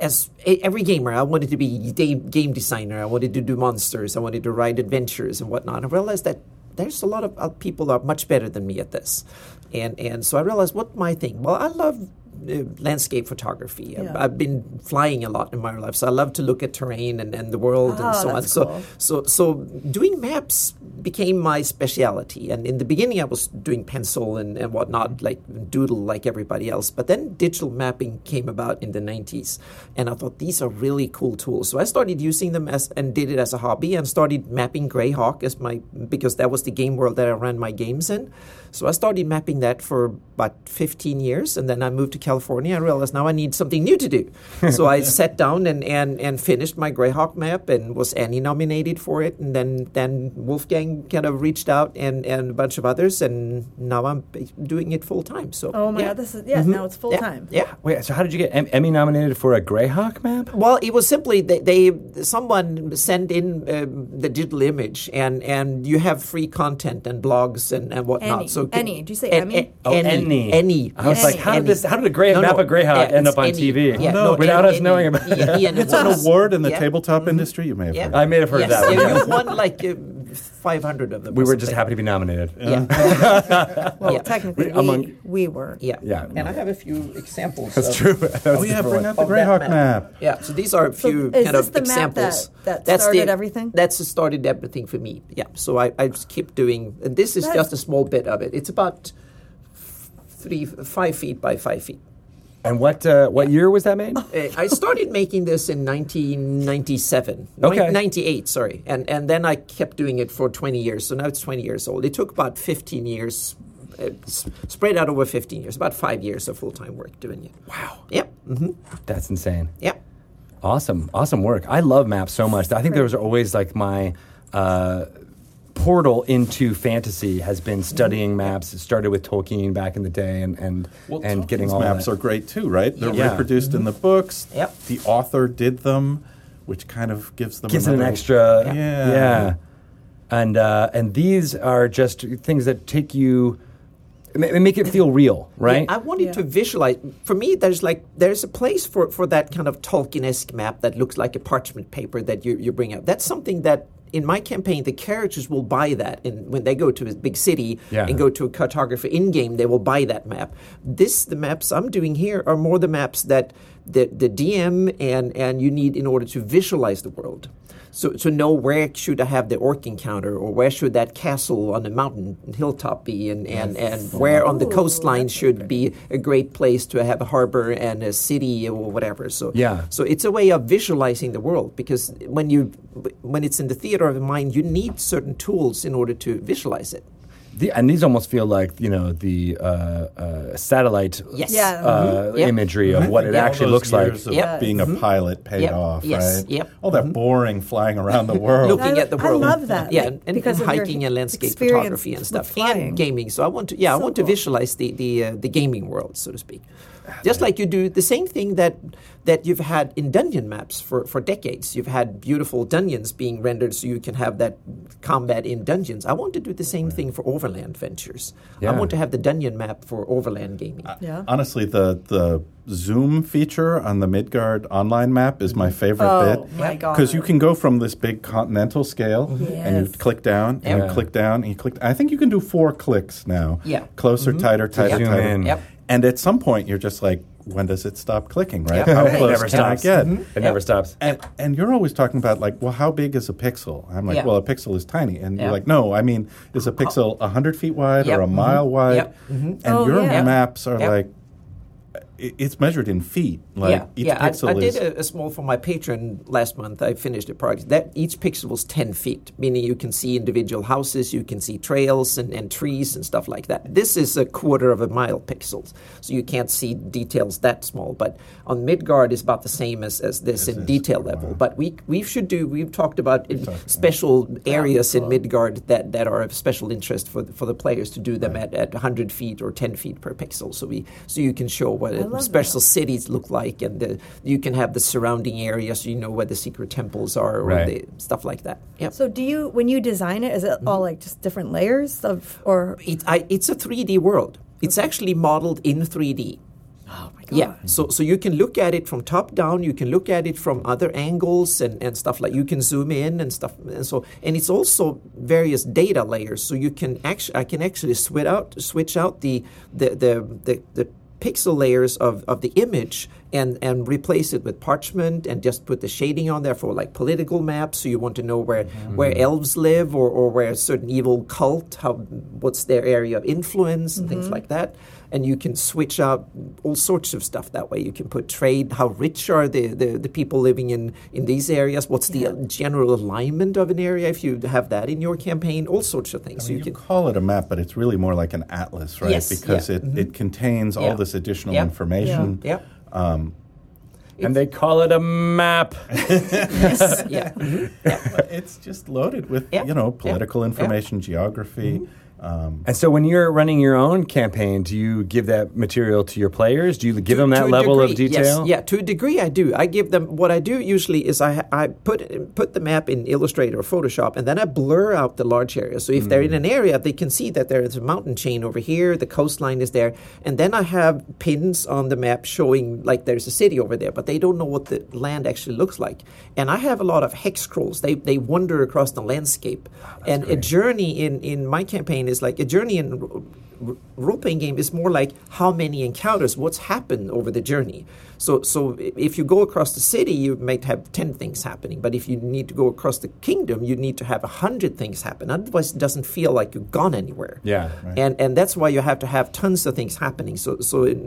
as e- every gamer, I wanted to be da- game designer. I wanted to do monsters. I wanted to write adventures and whatnot. I realized that there's a lot of uh, people are much better than me at this, and and so I realized what my thing. Well, I love uh, landscape photography. I've- Yeah. I've been flying a lot in my life, so I love to look at terrain and, and the world and Oh, so on. that's cool. So so so doing maps became my specialty. And in the beginning, I was doing pencil and, and whatnot, like doodle, like everybody else. But then digital mapping came about in the '90s, and I thought these are really cool tools. So I started using them as and did it as a hobby, and started mapping Greyhawk as my because that was the game world that I ran my games in. So I started mapping that for about 15 years, and then I moved to California. I realized now I need something new to do. so I sat down and, and, and finished my Greyhawk map and was Annie nominated for it. And then, then Wolfgang kind of reached out and, and a bunch of others, and now I'm b- doing it full time. So Oh my yeah. Mm-hmm. god, this is yeah. Now it's full yeah. time. Yeah. Wait, so how did you get Em- Emmy nominated for a Greyhawk map? Well, it was simply they, they someone sent in um, the digital image, and, and you have free content and blogs and, and whatnot. Any. so any? Did you say An- Emmy? a- any, Oh, any. any. I was Yes. like, how did Any. this? How did a gray No, map no. of Greyhawk Yeah, end it's up on any. TV? Yeah, no, without any- us knowing any. about it. Yeah, Ian, It's an was- award in the yeah. tabletop Mm-hmm. industry. You may have Yeah. heard. I may have heard Yes, that. yeah, you won like uh, 500 of them. we or were just uh, something. happy to be nominated. Yeah. Well, Yeah. technically, we, We- among- we were. yeah. Yeah. And I have a few examples. That's of, true. That was Oh yeah, different bring one. out the of that Greyhawk map. Yeah, so these are a So few is kind this of the map that- examples. that That's started everything? That's the started everything for me. Yeah, so I, I just keep doing. And this is That's- just a small bit of it. It's about f- three, five feet by five feet. And what uh, what year was that made? Uh, I started making this in 1997, Nin- Okay. 98, sorry, and and then I kept doing it for 20 years. So now it's 20 years old. It took about 15 years, uh, s- spread out over 15 years, about five years of full time work doing it. Wow. Yep. Mm-hmm. hmm That's insane. Yep. Awesome, awesome work. I love maps so much. I think those are always like my uh, portal into fantasy has been studying maps. It started with Tolkien back in the day, and and, and getting These all maps that. are great too, right? They're Yeah. Mm-hmm. reproduced in the books. Yep. The author did them, which kind of gives them gives it an another- extra Yeah. yeah. and uh, and these are just things that take you ma- make it feel real right Yeah, I wanted Yeah. to visualize. For me, there's like there's a place for, for that kind of Tolkien-esque map that looks like a parchment paper that you, you bring up. That's something that in my campaign the characters will buy that, and when they go to a big city Yeah. and go to a cartographer in game, they will buy that map. This the maps I'm doing here are more the maps that the, the DM and and you need in order to visualize the world. So, to know where should I have the orc encounter, or where should that castle on a mountain hilltop be, and, and, and where on the Ooh, coastline that's should be a great place to have a harbor and a city or whatever. So Yeah. so it's a way of visualizing the world because when you when it's in the theater of the mind, you need certain tools in order to visualize it. The- and these almost feel like you know the uh, uh, satellite Yes. Yeah. uh, Yep. imagery of what it Yeah. All actually looks those like Mm-hmm. years of Yep. being a pilot paid Yep. off, Yes. right? Yep. All that boring flying around the world. Looking I- at the I world. love that, Yeah, like, and, and because of your hiking and landscape experience photography and with stuff, flying. and gaming. So I want to, yeah, I So want cool. to visualize the the uh, the gaming world, so to speak. Just like you do the same thing that that you've had in dungeon maps for, for decades. You've had beautiful dungeons being rendered so you can have that combat in dungeons. I want to do the same thing for overland ventures. I Yeah. want to have the dungeon map for overland gaming. Yeah. Honestly, the the zoom feature on the Midgard online map is my favorite Oh, bit. my God. Because you can go from this big continental scale and you Yes. click down and Mm-hmm. Yeah. you click down and you click. I think you can do four clicks now. Yeah. Closer, tighter, tighter, Mm-hmm. zoom tighter. in. Yep. And at some point, you're just like, when does it stop clicking? Right? Yep. How Right. close never can I stops. Mm-hmm. get? Mm-hmm. it never stops And, and you're always talking about like, well, how big is a pixel? I'm like, Yeah. well, a pixel is tiny, and Yeah. Oh. you're like, no, I mean, is a pixel a hundred feet wide Yep. or a Mhm. mile wide? Mm-hmm. Yep. Mhm. And Oh, your yeah. maps are Yep. like, i- it's measured in feet. Like each yeah, I- pixel I, is. did a, a small for my patron last month. I finished a project that each pixel was ten feet, meaning you can see individual houses, you can see trails and, and trees and stuff like that. This is a quarter of a mile pixels, so you can't see details that small. But on Midgard is about the same as, as this in detail level. But we we should do. We've talked about in special areas in Midgard that, that are of special interest for the, for the players to do them at, at hundred feet or ten feet per pixel. So we so you can show what a love special the cities look like, and the, you can have the surrounding areas. You know where the secret temples are, or Right. the, stuff like that. Yep. So do you when you design it, is it Mm-hmm. all like just different layers of or it, I, it's a 3D world. It's actually modeled in 3D. oh my god. Yeah, so so you can look at it from top down. You can look at it from other angles and, and stuff like you can zoom in and stuff. And so and it's also various data layers. So you can actually I can actually switch out switch out the the the the, the pixel layers of, of the image and, and replace it with parchment and just put the shading on there for like political maps. So you want to know where, Mm-hmm. where elves live or, or where a certain evil cult, how, what's their area of influence Mm-hmm. and things like that. And you can switch out all sorts of stuff that way. You can put trade, how rich are the, the, the people living in, in these areas, what's the uh, general alignment of an area if you have that in your campaign, all sorts of things. so you you can call it a map, but it's really more like an atlas, right? Yes, because yeah. Mm-hmm. it, it contains Yeah. all this additional Yeah. information. Yeah. And they call it a map. Yeah. Mm-hmm. It's just loaded with Yeah. you know Yeah. political Yeah. Mm-hmm. information, geography. Um, and so when you're running your own campaign, do you give that material to your players? Do you give them to- that to a level of degree, yes. detail? yeah, to a degree, I do. I give them what I do usually is I I put put the map in Illustrator or Photoshop, and then I blur out the large areas. So if they're in an area, they can see that there is a mountain chain over here, the coastline is there, and then I have pins on the map showing like there's a city over there, but they don't know what the land actually looks like. And I have a lot of hex scrolls. They they wander across the landscape, and a journey in in my campaign is like a journey in role playing game is more like how many encounters, what's happened over the journey. So, so i- if you go across the city, you might have ten things happening, but if you need to go across the kingdom, you need to have hundred things happen. Otherwise, it doesn't feel like you've gone anywhere. Yeah, right. and and that's why you have to have tons of things happening. So, so it,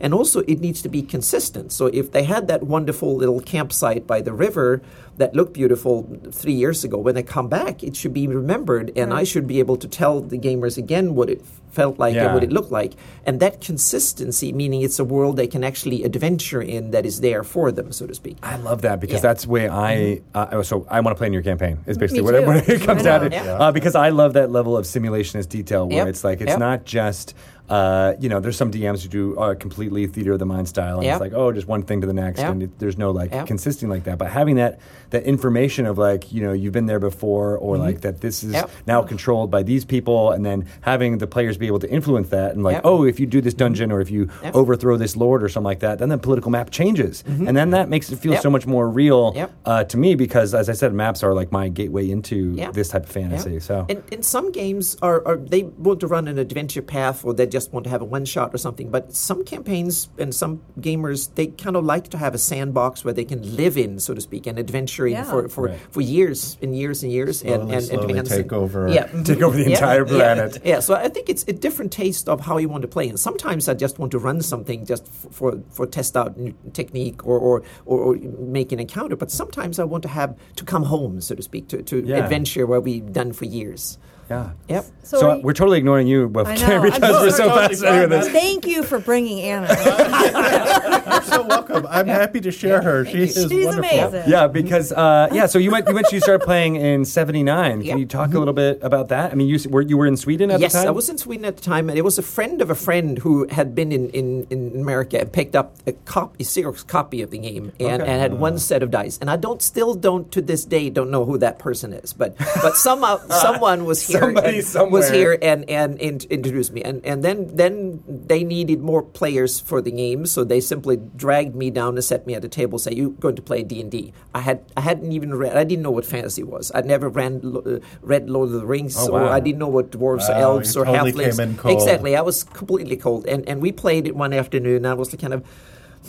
and also it needs to be consistent. So, if they had that wonderful little campsite by the river that looked beautiful three years ago, when they come back, it should be remembered, and I should be able to tell the gamers again what it felt like and Yeah. what it looked like. And that consistency, meaning it's a world they can actually adventure in that is there for them, so to speak. I love that because Yeah. that's the way I. Uh, so I want to play in your campaign. It's basically Me what, it- too. what it comes I down know. to. Yeah. Uh, because I love that level of simulationist detail where Yep. it's like it's Yep. not just. Uh, you know, there's some DMs who do uh, completely theater of the mind style, and Yep. it's like, oh, just one thing to the next, Yep. and it, there's no like Yep. consisting like that. But having that that information of like, you know, you've been there before, or like that this is Mm-hmm. Yep. now controlled by these people, and then having the players be able to influence that, and like, Yep. oh, if you do this dungeon or if you Yep. overthrow this lord or something like that, then the political map changes, and then that makes it feel Yep. so much more real Yep. uh, to me because, as I said, maps are like my gateway into Yeah. this type of fantasy. Yeah. So and, and some games are, are they want to run an adventure path or they just want to have a one shot or something. But some campaigns and some gamers they kind of like to have a sandbox where they can live in, so to speak, and adventure in Yeah. for, for, Right. for years and years and years and, Slowly, and slowly advance take it. over. Yeah. Take over the Yeah. entire Yeah. planet. Yeah. So I think it's a different taste of how you want to play. And sometimes I just want to run something just f- for for test out new technique or or, or or make an encounter. But sometimes I want to have to come home, so to speak, to, to Yeah. adventure where we've done for years. yeah. Yep. So, So, are you- we're totally ignoring you, but I because know. I'm we're totally so fascinated with this. thank you for bringing Anna. You're so welcome. I'm happy to share her. She is She's wonderful. amazing. Yeah, because uh, yeah. So you went you mentioned you started playing in '79. Yeah. Can you talk a little bit about that? I mean, you s- were you were in Sweden at yes, the time. I was in Sweden at the time, and it was a friend of a friend who had been in, in, in America and picked up a copy, Xerox copy of the game, Okay. and, Uh. and had one set of dice. And I don't, still don't to this day, don't know who that person is, but but somehow someone was here, Somebody and, was somewhere. here, and and in, introduced me, and and then then they needed more players for the game, so they simply dragged me down and set me at a table, say you're going to play D and I had I hadn't even read, I didn't know what fantasy was. I never ran lo- uh, read Lord of the Rings, Oh, or wow. I didn't know what dwarves dwarves or Wow, elves you or totally halflings. came in cold. Exactly, I was completely cold, and and we played it one afternoon, and I was kind of.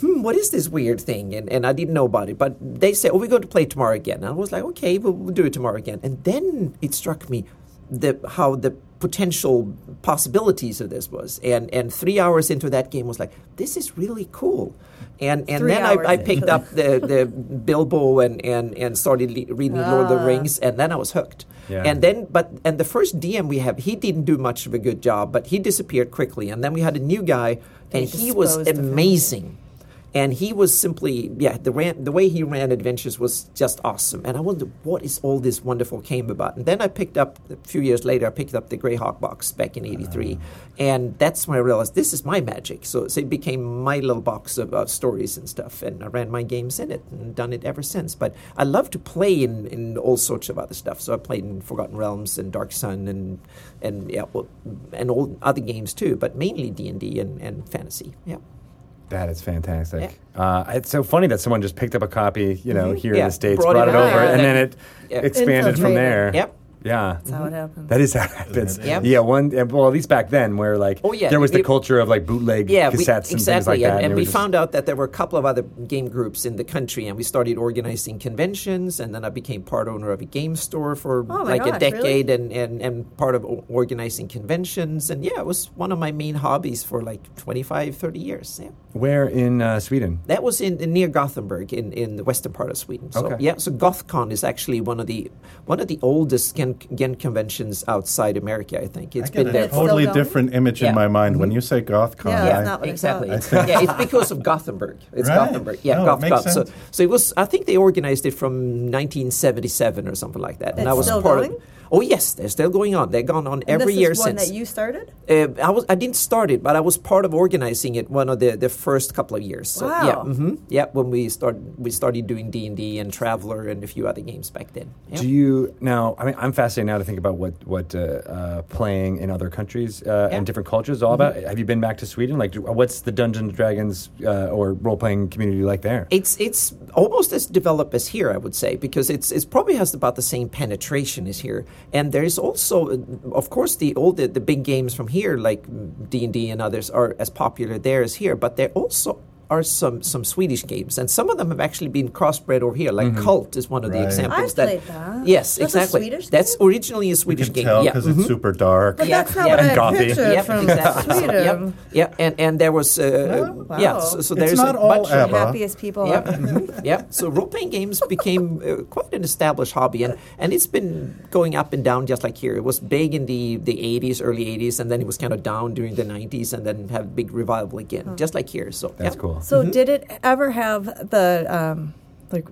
Hmm, what is this weird thing? And, and I didn't know about it. But they said, oh, we're going to play tomorrow again. And I was like, okay, we'll, we'll do it tomorrow again. And then it struck me the, how the potential possibilities of this was. And and three hours into that game was like, this is really cool. And and Three then I, hours I into picked up the, the Bilbo and, and, and started le- reading Lord Ah. of the Rings, and then I was hooked. Yeah. And then, but and the first DM we have, he didn't do much of a good job, but he disappeared quickly. And then we had a new guy, and he was disposed of him. amazing. And he was simply, yeah, the, ran, the way he ran adventures was just awesome. And I wondered, what is all this wonderful game about? And then I picked up, a few years later, I picked up the Greyhawk box back in 83. And that's when I realized this is my magic. So, so it became my little box of, of stories and stuff. And I ran my games in it and done it ever since. But I love to play in, in all sorts of other stuff. So I played in Forgotten Realms and Dark Sun and, and, yeah, well, and all other games too, but mainly D&D and, and fantasy, yeah. That is fantastic. Uh, it's so funny that someone just picked up a copy, you know, here in Mm-hmm. Yeah, the states, brought, brought it it over, over, and and then it Yeah. expanded from Infiltrated. there. Yep. Yeah. That's how Mm-hmm. it happened. That is how it happens. Yep. Yeah, one. yeah, Well, at least back then, where like Oh, yeah, there was the it- culture of like bootleg yeah, we, cassettes exactly. and things like and, that. and they were we just- found out that there were a couple of other game groups in the country, and we started organizing conventions. And then I became part owner of a game store for Oh my like a gosh, really? decade, and, and and part of o- organizing conventions. And yeah, it was one of my main hobbies for like 25, 30 years. Yeah. where in uh, Sweden. That was in, in near Gothenburg in, in the western part of Sweden. So Okay. yeah, so GothCon is actually one of the one of the oldest gen, gen conventions outside America. I think it's I been get there a for totally still going? different image Yeah. in my mind when you say goth con. Yeah, I- it's not what I exactly. thought. yeah, it's because of Gothenburg. It's Right. Gothenburg. Yeah, No, it Goth, makes Goth. So, sense. so it was. I think they organized it from 1977 or something like that. I It's was still part going? Of, oh yes, they're still going on. They're gone on And every this year is one since. that you started. Uh, I was I didn't start it, but I was part of organizing it one of the, the first couple of years. So, Wow. Yeah, hmm yeah. When we started we started doing D and D and Traveler and a few other games back then. Yeah. Do you now? I mean, I'm fascinated now to think about what what uh, uh, playing in other countries uh, Yeah. Mm-hmm. and different cultures is all about. Have you been back to Sweden? Like, do- what's the Dungeons and Dragons uh, or role playing community like there? It's it's almost as developed as here, I would say, because it's it's probably has about the same penetration as here. And there is also, uh, of course, the all the, the big games from here, like D and D and others, are as popular there as here. But there also are some some Swedish games, and some of them have actually been crossbred over here. Like Cult is one of the Mm-hmm. Right. examples. I've that, played that. Yes, That's a exactly. Swedish That's game? originally a You Swedish can game. tell yeah. because it's super dark. But Yeah, that's not yeah. what And I gothy. pictured Yep, from exactly. Sweden. Oh, Yep, yep. And, and there was, uh, Wow. yeah, Wow. so, so It's there's not a all bunch of ABBA. Happiest people. Yep. ever. mm-hmm, mhm, yep. So role playing games became uh, quite an established hobby, and, and it's been going up and down just like here. It was big in the, the 80s, early 80s, and then it was kind of down during the 90s, and then had a big revival again, just like here. So That's yeah. cool. So did it ever have the um, like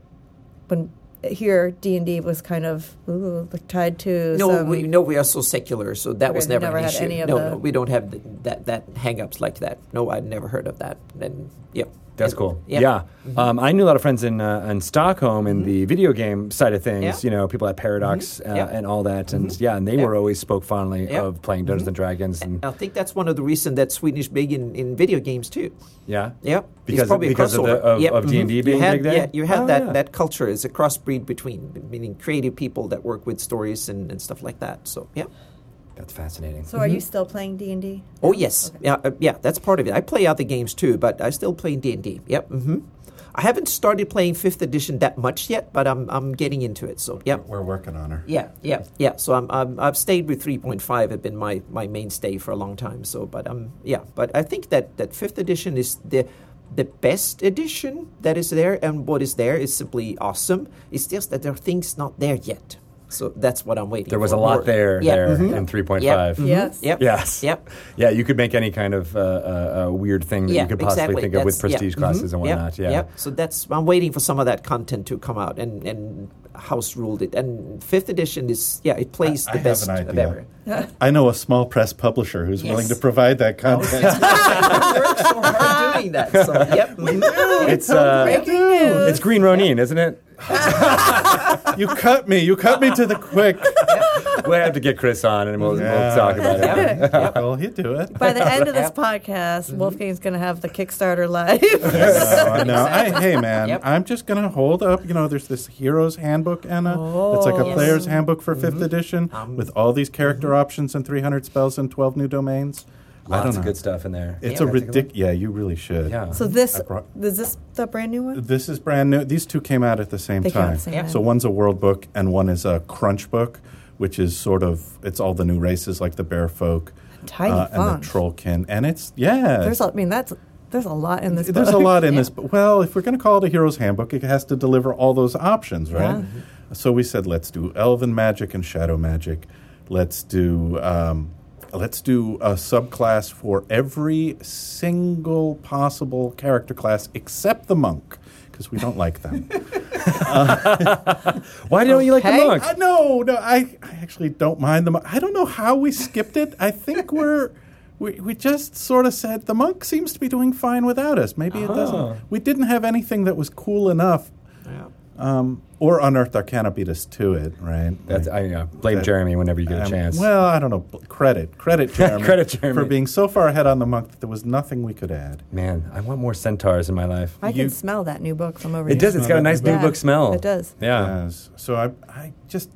when here D and D was kind of ooh, like tied to No, some, we no, we are so secular, so that was Okay, never, never an had issue. any of no, the- no, we don't have th that that hangups like that. No, I'd never heard of that. And yeah, That's And- cool. yeah. Mm-hmm. Yeah, Um, I knew a lot of friends in uh, in Stockholm in the video game side of things. Yeah. Mm-hmm. You know, people at Paradox uh, Yeah. Mm-hmm. and all that, and yeah, and they were always spoke fondly Yeah. Mm-hmm. of playing Dungeons and Dragons. And I think that's one of the reasons that Swedish big in, in video games too. yeah, Yeah, it's because probably a because of the crossover. of, Yep. Mm-hmm. of D and D You being had- big there. Yeah, you have Oh, that, yeah. that culture. It's a crossbreed between meaning creative people that work with stories and, and stuff like that. So yeah. That's fascinating. So are you still playing D and D? Oh yes, yeah, uh, yeah. That's part of it. I play other games too, but I still play D and D. Yep. hmm I haven't started playing Fifth Edition that much yet, but I'm I'm getting into it. So yeah. We're working on her. Yeah, yeah, yeah. So I'm, I'm I've stayed with 3.5. Have been my my mainstay for a long time. So, but um, yeah, but I think that that fifth edition is the the best edition that is there, and what is there is simply awesome. It's just that there are things not there yet. So that's what I'm waiting. There was for a lot more. there Yeah. there mhm. in three point Yeah. five. mhm, Yes. Yep. Yes. Yep. Yeah, you could make any kind of uh, uh, uh, weird thing that yeah, you could possibly exactly. think of with That's- yeah, prestige classes mhm, and yeah, whatnot. Yeah. yeah. So that's I'm waiting for some of that content to come out and and house ruled it. And fifth edition is yeah, it plays I the have best an of idea. ever. I know a small press publisher who's willing to Yes. provide that content. I worked so hard doing that. So, yep. It's uh, it's Green Ronin, isn't it? you cut me. You cut me to the quick. We'll have to get Chris on and we'll, we'll talk about it. Yep. Well, you do it. By the end of this podcast, Wolfgang's going to have the Kickstarter live. no, no. I, hey, man, Yep. I'm just going to hold up. You know, there's this Heroes Handbook, Anna. That's like a Yes. player's handbook for 5th edition with all these character options and 300 spells and 12 new domains. I Lots don't of know. good stuff in there. It's Yeah. a ridiculous. Yeah, you really should. Yeah. so this I brought- is this the brand new one? This is brand new. These two came out at the same They came out at time. the same Yeah. time. So one's a world book and one is a crunch book, which is sort of it's all the new races like the bear folk uh, Tiny and font. the trollkin. And it's yeah. There's, a, I mean, that's there's a lot in this. There's a book. lot in this. But, well, if we're going to call it a hero's handbook, it has to deliver all those options, right? Mm-hmm. So we said, let's do elven magic and shadow magic. Let's do um, let's do a subclass for every single possible character class except the monk because we don't like them. Why don't you like the Okay. monk? Uh, no, no, I, I actually don't mind the monk. I don't know how we skipped it. I think we're. We, we just sort of said the monk seems to be doing fine without us. Maybe it Uh-huh. doesn't. We didn't have anything that was cool enough, Yeah. um, or unearthed Arcana beat us to it, right? That's, Like, I uh, blame That- Jeremy whenever you get um, a chance. Well, I don't know. B- Credit, credit, Jeremy, Credit Jeremy. for being so far ahead on the monk that there was nothing we could add. Man, I want more centaurs in my life. I can You- smell that new book from over here. It does. It's got a nice new Yeah, book smell. it does. Yeah. Yes. So I, I just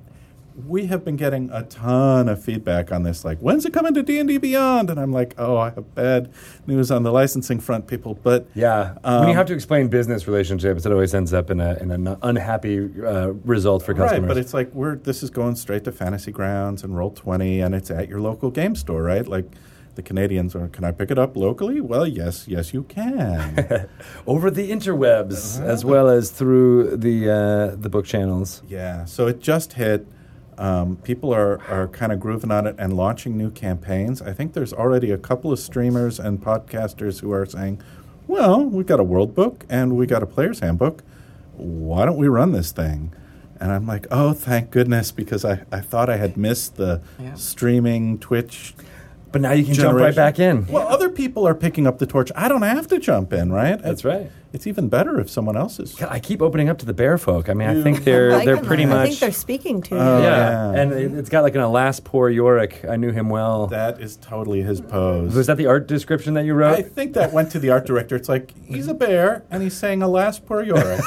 we have been getting a ton of feedback on this. Like, when's it coming to D and D Beyond? And I'm like, oh, I have bad news on the licensing front, people. But Yeah, when you have to explain business relationships, it always ends up in, a, in an unhappy uh, result for customers. Right, but it's like we're this is going straight to Fantasy Grounds and Roll Twenty, and it's at your local game store, right? Like the Canadians are. Can I pick it up locally? Well, yes, yes, you can. over the interwebs as well as through the uh, the book channels. yeah, so it just hit. Um, people are, are kind of grooving on it and launching new campaigns. I think there's already a couple of streamers and podcasters who are saying, "Well, we got a world book and we got a player's handbook. Why don't we run this thing?" And I'm like, "Oh, thank goodness!" Because I, I thought I had missed the Yeah. streaming Twitch But now you can jump right generation. back in. Well, other people are picking up the torch. I don't have to jump in, right? That's It's- right. It's even better if someone else is. God, I keep opening up to the bear folk. I mean, I think they're I they're can- pretty I much think they're speaking Uh, to you. yeah. Oh, yeah. And it, it's got like an alas poor Yorick. I knew him well. That is totally his pose. was that the art description that you I wrote? think that went to the art director. It's like he's a bear and he's saying "Alas, poor Yorick."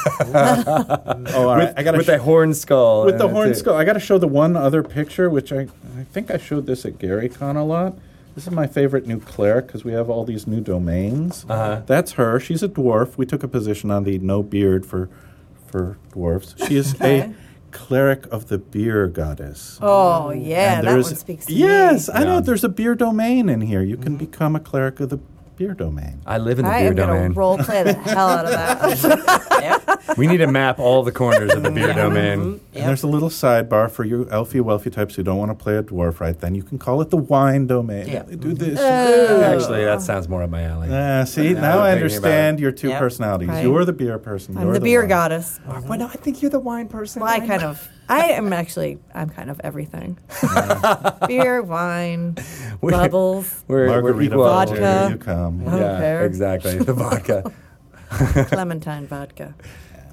oh, all right. I got with the horn skull. Uh, with and the that's horn it. skull. I got to show the one other picture, which I, I think I showed this at GaryCon a lot. This is my favorite new cleric because we have all these new domains. Uh-huh. That's her. She's a dwarf. We took a position on the no beard for for dwarves. She is Okay. a cleric of the beer goddess. Oh yeah, And that there's- one speaks. To Mm-hmm. Yes, I know. Yeah. There's a beer domain in here. You can become a cleric of the beer domain. I live in me. the I beer am gonna domain. role play the hell out of that. we need to map all the corners of the beer domain. And there's a little sidebar for you elfie wealthy types who don't want to play a dwarf, right? Then you can call it the wine domain. Yeah. Mm-hmm. Do this. Uh, Actually, that sounds more up my alley. Ah, I'm see, now, I thinking about understand your two Yep. personalities. Right. You're the beer person. I'm you're the beer wine. goddess. well, no, I think you're the wine person. Well, I kind of. I am actually. I'm kind of everything. Beer, wine, bubbles, We're, Margarita we're equal. bottle, Vodka. here you come. don't Yeah, care. exactly. The vodka. clementine vodka.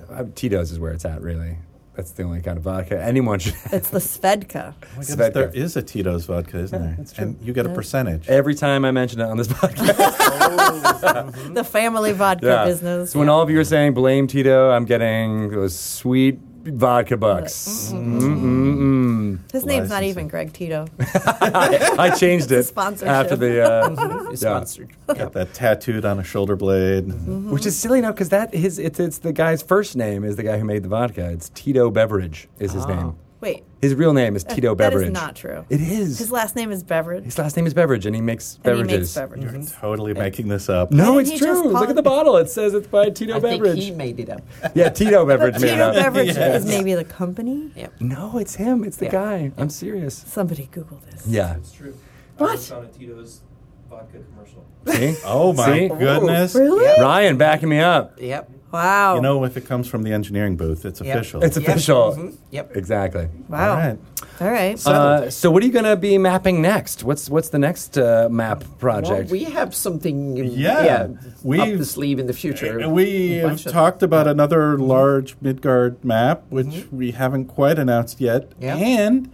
Uh, Tito's is where it's at, really. That's the only kind of vodka anyone should. It's the Svedka. Oh my goodness, Svedka. there is a Tito's vodka, isn't there? And you get a percentage. Every time I mention it on this podcast, The family vodka yeah. business. So when all of you are saying blame Tito, I'm getting those sweet vodka bucks. Mm-hmm. Mm-mm-mm. His name's not Licensing. even Greg Tito. I changed it sponsorship. after the, uh, It's Yeah. sponsored. Yeah. Got that tattooed on a shoulder blade. Mm-hmm. Mm-hmm. which is silly now because that his it's, it's the guy's first name is the guy who made the vodka. It's Tito Beverage is Oh. his name. Wait, His real name is Tito Eh, that Beverage. is not true. It is. His last name is Beverage. His last name is Beverage, and he makes and beverages. he makes beverages. You're totally making this up. No, Why it's didn't he just true. call Look it- at the bottle. It says it's by Tito I think Beverage. he made it up. Yeah, Tito Beverage. made it Tito up. Beverage is maybe the company. Yeah. No, it's him. It's the Yeah. guy. I'm serious. Somebody Google this. Yeah. It's true. What? I was on a Tito's vodka commercial. See? Oh See? my goodness. Really? Ryan backing me up. Yep. Wow. You know, if it comes from the engineering booth, it's Yep. official. It's Yep. official. Mhm. Yep. Exactly. wow. All right. All right. Uh, so what are you going to be mapping next? What's what's the next uh, map Well, project? we have something. Yeah, Yeah. up we've- the sleeve in the future. We A have bunch of- Mm-hmm. talked about another large Midgard map, which we haven't quite announced yet. Yeah. Mm-hmm. And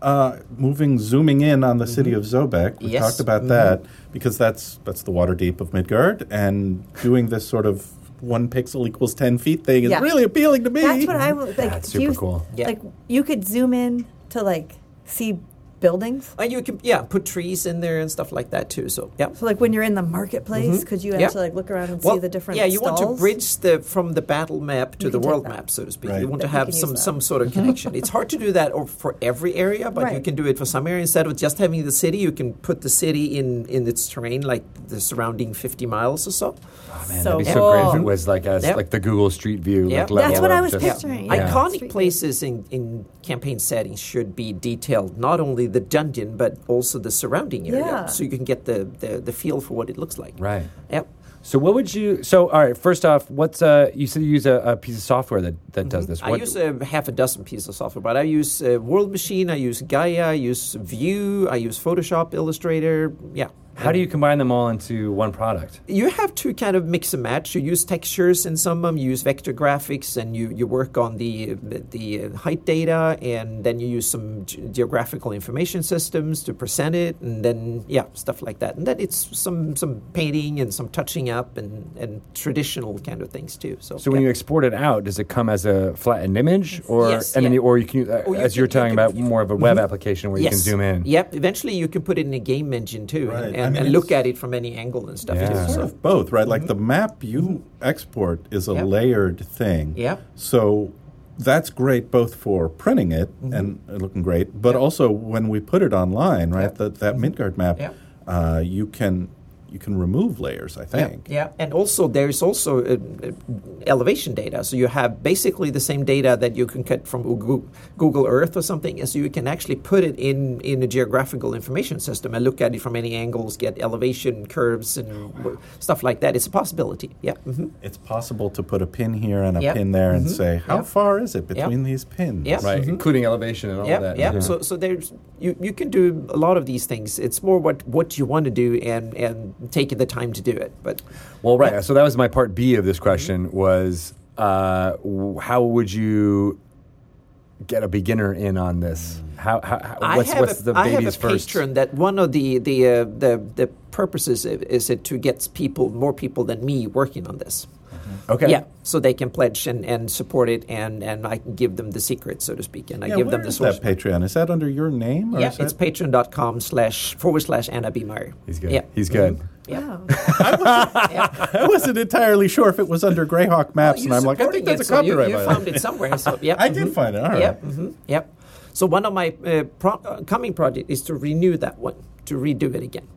uh, moving, zooming in on the city of Zobek, we Yes. talked about Mhm. that because that's that's the water deep of Midgard, and doing this sort of one pixel equals ten feet thing is Yeah. really appealing to me. That's what I would like. it's do you, super cool. Yeah. Like you could zoom in to like see buildings. And you can yeah put trees in there and stuff like that too. So yeah. So like when you're in the marketplace, could you Yeah. actually like look around and Mm-hmm. Well, see the different Yeah, you want stalls? to bridge the from the battle map to You the can take world that. map, so to speak. Right. You want to That you have can some use some that. sort of connection. it's hard to do that or for every area, but you Right. can do it for some area. Instead of just having the city, you can put the city in in its terrain, like the surrounding fifty miles or so. oh, man, So that'd be so great if it cool. was like a, Yep. like the Google Street View. Like Yep. level That's what of I was just- picturing, Yeah. yeah. Street Iconic view. places in, in campaign settings should be detailed, not only the dungeon, but also the surrounding area, Yeah. so you can get the, the, the feel for what it looks like. Right. Yep. So what would you? So all right. First off, what's uh? You said you use a, a piece of software that, that does this. I What- use uh, half a dozen pieces of software, but I use uh, World Machine, I use Gaia, I use Vue, I use Photoshop, Illustrator. Yeah. How do you combine them all into one product? you have to kind of mix and match. You use textures in some of them, you use vector graphics, and you, you work on the the uh, height data, and then you use some ge- geographical information systems to present it, and then yeah, stuff like that. And then it's some some painting and some touching up and, and traditional kind of things too. So, So when yeah. you export it out, does it come as a flattened image, or Yes, and then yeah. you, or you can, uh, Or you as can- you're you talking can- Mm-hmm. about, more of a web application where you can zoom in. Yep. Eventually, you can put it in a game engine too, Right. and, I and, mean, and look it's- at it from any angle and stuff. Yeah. Too, It's sort so. of both, right? Like the map you export is a Mm-hmm. Yep. layered thing. Yep. So that's great both for printing it Mm-hmm. and looking great, but also when we put it online, right? Yep. Mm-hmm. That that Midgard map, Yep. uh, you can you can remove layers. I think. Yeah, and also there is also uh, uh, elevation data. So you have basically the same data that you can get from Goo- Google Earth or something, and so you can actually put it in in a geographical information system and look at it from any angles, get elevation curves and w- stuff like that. It's a possibility. Yeah. mhm. It's possible to put a pin here and a Yep. Mm-hmm. pin there and say, how Yep. far is it between these pins? Yep. Right, including elevation and all Yeah, that. Mm-hmm. yeah. So, so there's you, you can do a lot of these things. It's more what, what you want to do and and taking the time to do it. But Well, right. So that was my part B of Mm-hmm. this question was uh, w- how would you get a beginner in on this? How, how, how what's, Mm. I have what's a, the I have baby's a first? patron that one of the the uh, the, the purposes i- is it to get people more people than me working on this. Mm-hmm. Okay. Yeah, so they can pledge and, and support it, and, and I can give them the secret, so to speak, and I Yeah, give them where the is source. that Patreon? Is that under your name? Or yeah, is it's that- patreon.com slash forward slash Anna B. Meyer. He's good. Yeah. Mm-hmm. He's good. yeah. I wasn't entirely sure if it was under Greyhawk Maps, and I'm like, I think Supporting that's it, a so you- copyright you, violation. found it somewhere, so yeah. I did find it. All right. Yep. mhm, Yep. So one of my uh, pro- uh, coming project is to renew that one, to redo it again.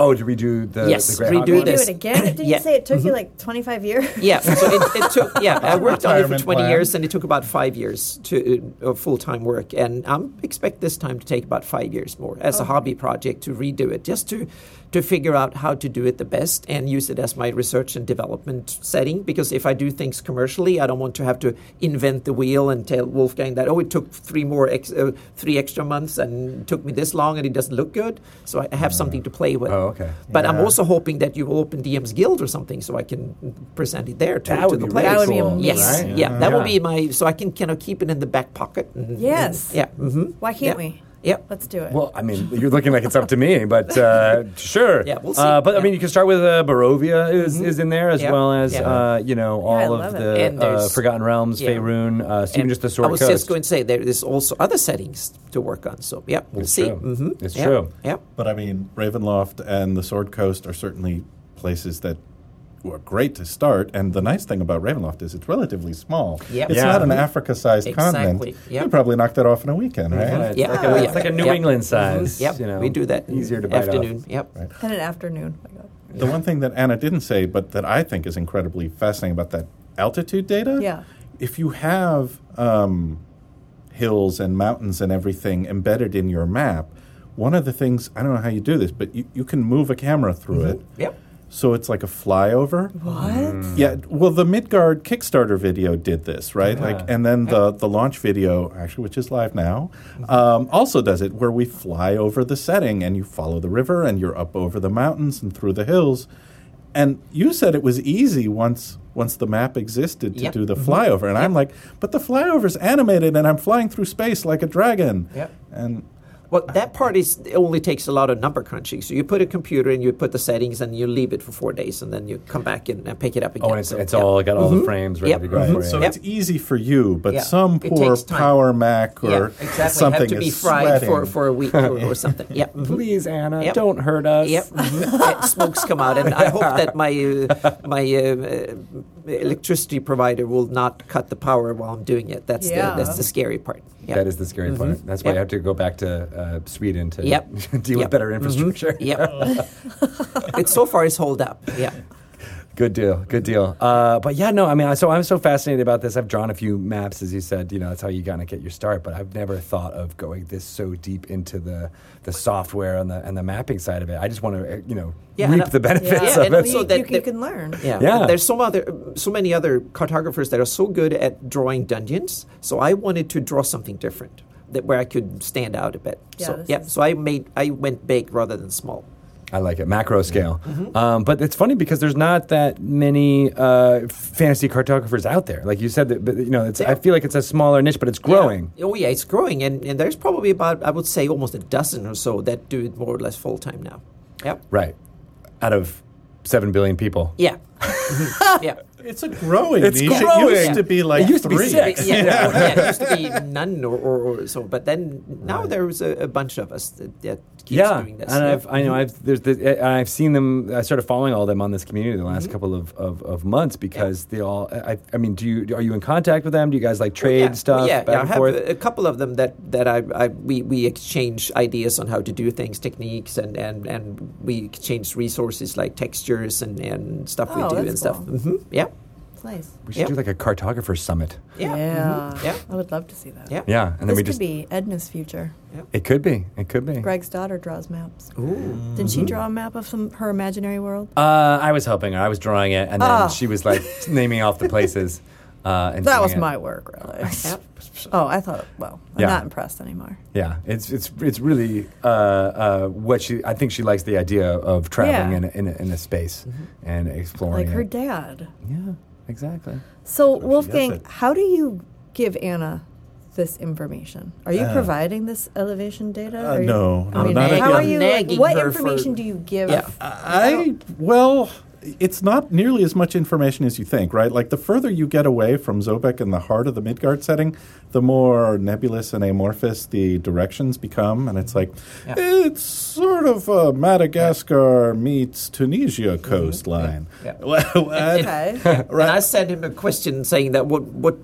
Oh, did we do the, Yes, the Greyhawk redo one? this. Do it again? Didn't Yeah. Mm-hmm. you say it took you like 25 years? Yeah, so it, it took. Yeah, I worked on it for Retirement twenty plan. years, and it took about five years to uh, of full time work. And I am expect this time to take about five years more as a hobby project to redo it, just to to figure out how to do it the best and use it as my research and development setting. Because if I do things commercially, I don't want to have to invent the wheel and tell Wolfgang that oh, it took three more ex- uh, three extra months and took me this long and it doesn't look good. So I have something to play with. Oh, okay. But I'm Yeah. also hoping that you will open DM's Guild or something so I can present it there to, That to would the be players. That would be really cool. amazing. Yes, Right? yeah, that would Yeah. be my. So I can kind of keep it in the back pocket. and- Yes. and- yeah. Mm-hmm. Why can't we? Yeah. Let's do it. Well, I mean, you're looking like it's up to me, but uh, sure. Yeah, we'll Uh, see. but I Yeah. Mm-hmm. mean, you can start with uh, Barovia is, is in there as Yeah. well as Yeah. uh, you know all I of love it. the And uh, there's- Forgotten Realms, Yeah. Faerun, uh, so even And just the Sword I was Coast. just going to say there is also other settings to work on. So yeah, we'll It's see. true. Mhm. It's yeah. true. Yeah. But I mean, Ravenloft and the Sword Coast are certainly places that were great to start. And the nice thing about Ravenloft is it's relatively small. Yep. It's Yeah. not an Africa-sized Exactly. continent. Yep. You probably knocked that off in a weekend, right? Right. Yeah. Like Oh, a, yeah. it's like a New Yeah. Mm-hmm. England size. Yep. You know, we do that in Easier to bite off. afternoon. Yep. Right. and an afternoon. Oh my God. The one thing that Anna didn't say, but that I think is incredibly fascinating about that altitude data. Yeah. If you have um, hills and mountains and everything embedded in your map, one of the things, I don't know how you do this, but you, you can move a camera through it. Mm-hmm. Yep. Mm-hmm. So it's like a flyover. What? Mm. Yeah, well, the Midgard Kickstarter video did this, right? Like, and then the the launch video, actually, which is live now, um, also does it, where we fly over the setting and you follow the river and you're up over the mountains and through the hills. And you said it was easy once once the map existed to Yep. do the flyover, and I'm like, but the flyover's animated and I'm flying through space like a dragon. Yep. And Well, that part is it only takes a lot of number crunching. So you put a computer and you put the settings and you leave it for four days and then you come back and, and pick it up again. Oh, and it's, So, it's yeah. Mm-hmm. all got all the frames ready Yep. to go for you. So Mm-hmm. Yep. it's easy for you, but Yeah. some It poor takes time. power Mac or yeah, exactly. something Have to is be fried for, sweating. for a week or, or something. Yeah. mhm. Please, Anna, Yep. don't hurt us. Yep, Uh, smokes come out, and I hope that my uh, my uh, uh, electricity provider will not cut the power while I'm doing it. That's Yeah. the that's the scary part. Yeah. That is the scary part. That's why Mm-hmm. Yep. you have to go back to uh, Sweden to Yep. deal with Yep. Mm-hmm. better infrastructure. Yep. it so far is hold up. Yeah. Good deal. Good deal. Uh, but yeah, no, I mean, I, so I'm so fascinated about this. I've drawn a few maps, as you said. You know, that's how you kind of get your start. But I've never thought of going this so deep into the the software and the and the mapping side of it. I just want to, you know, Yeah, reap and, uh, the benefits Yeah, of and it. so you, that- you can, that- learn. Yeah. Yeah. There's so other, so many other cartographers that are so good at drawing dungeons. So I wanted to draw something different that where I could stand out a bit. Yeah, so this yeah. is- So I made I went big rather than small. I like it. Macro Mm-hmm. scale. Um, but it's funny because there's not that many uh, fantasy cartographers out there. Like you said, that, but, you know, it's, I feel like it's a smaller niche, but it's growing. Oh yeah, it's growing, and, and there's probably about I would say almost a dozen or so that do it more or less full time now. Yep. Right. Out of 7 billion people. Yeah. Mhm. yeah. It's a growing It's niche. growing. It used to be like It used to be three. six. Yeah, yeah. it used to be none or, or, or so, but then now there's a, a bunch of us that, that keeps yeah, doing this. and Yeah. I've I know I've there's the, I- I've seen them. I started following all them on this community the Mm-hmm. last couple of, of, of months because they all. I, I mean, do you are you in contact with them? Do you guys like trade Oh, yeah. stuff Yeah, back yeah, I and have forth? a, a couple of them that that I, I we, we exchange ideas on how to do things, techniques, and, and, and we exchange resources like textures and, and stuff we Oh, do that's and stuff. cool. hmm Yeah, Nice. we should yeah. do like a cartographer summit. yeah, mhm, yeah. I would love to see that. Yeah. Yeah, and then this we could just. be Edna's future. It could be. It could be. Greg's daughter draws maps. Didn't Mm-hmm. she draw a map of some her imaginary world? Uh, I was helping her. I was drawing it, and then Oh. she was like naming off the places. Uh, and that doing was it. my work, really. Yep. Oh, I thought. Well, I'm Yeah. not impressed anymore. Yeah, it's it's it's really uh, uh, what she. I think she likes the idea of traveling Yeah. Mm-hmm. in, a, in, a, in a space and exploring. Like her it. dad. yeah, exactly. So does Wolfgang, it. how do you give Anna this information? Are you providing this elevation data? uh, Are you- no, I no, mean, not how at- are you? Like, Nagging what her information for- do you give? Oh, Yeah. I well, it's not nearly as much information as you think, right? Like the further you get away from Zobek and the heart of the Midgard setting, the more nebulous and amorphous the directions become, and it's like it's sort of a Madagascar meets Tunisia Mm-hmm. coastline. Yeah. Well, and- Okay. And I sent him a question saying that what what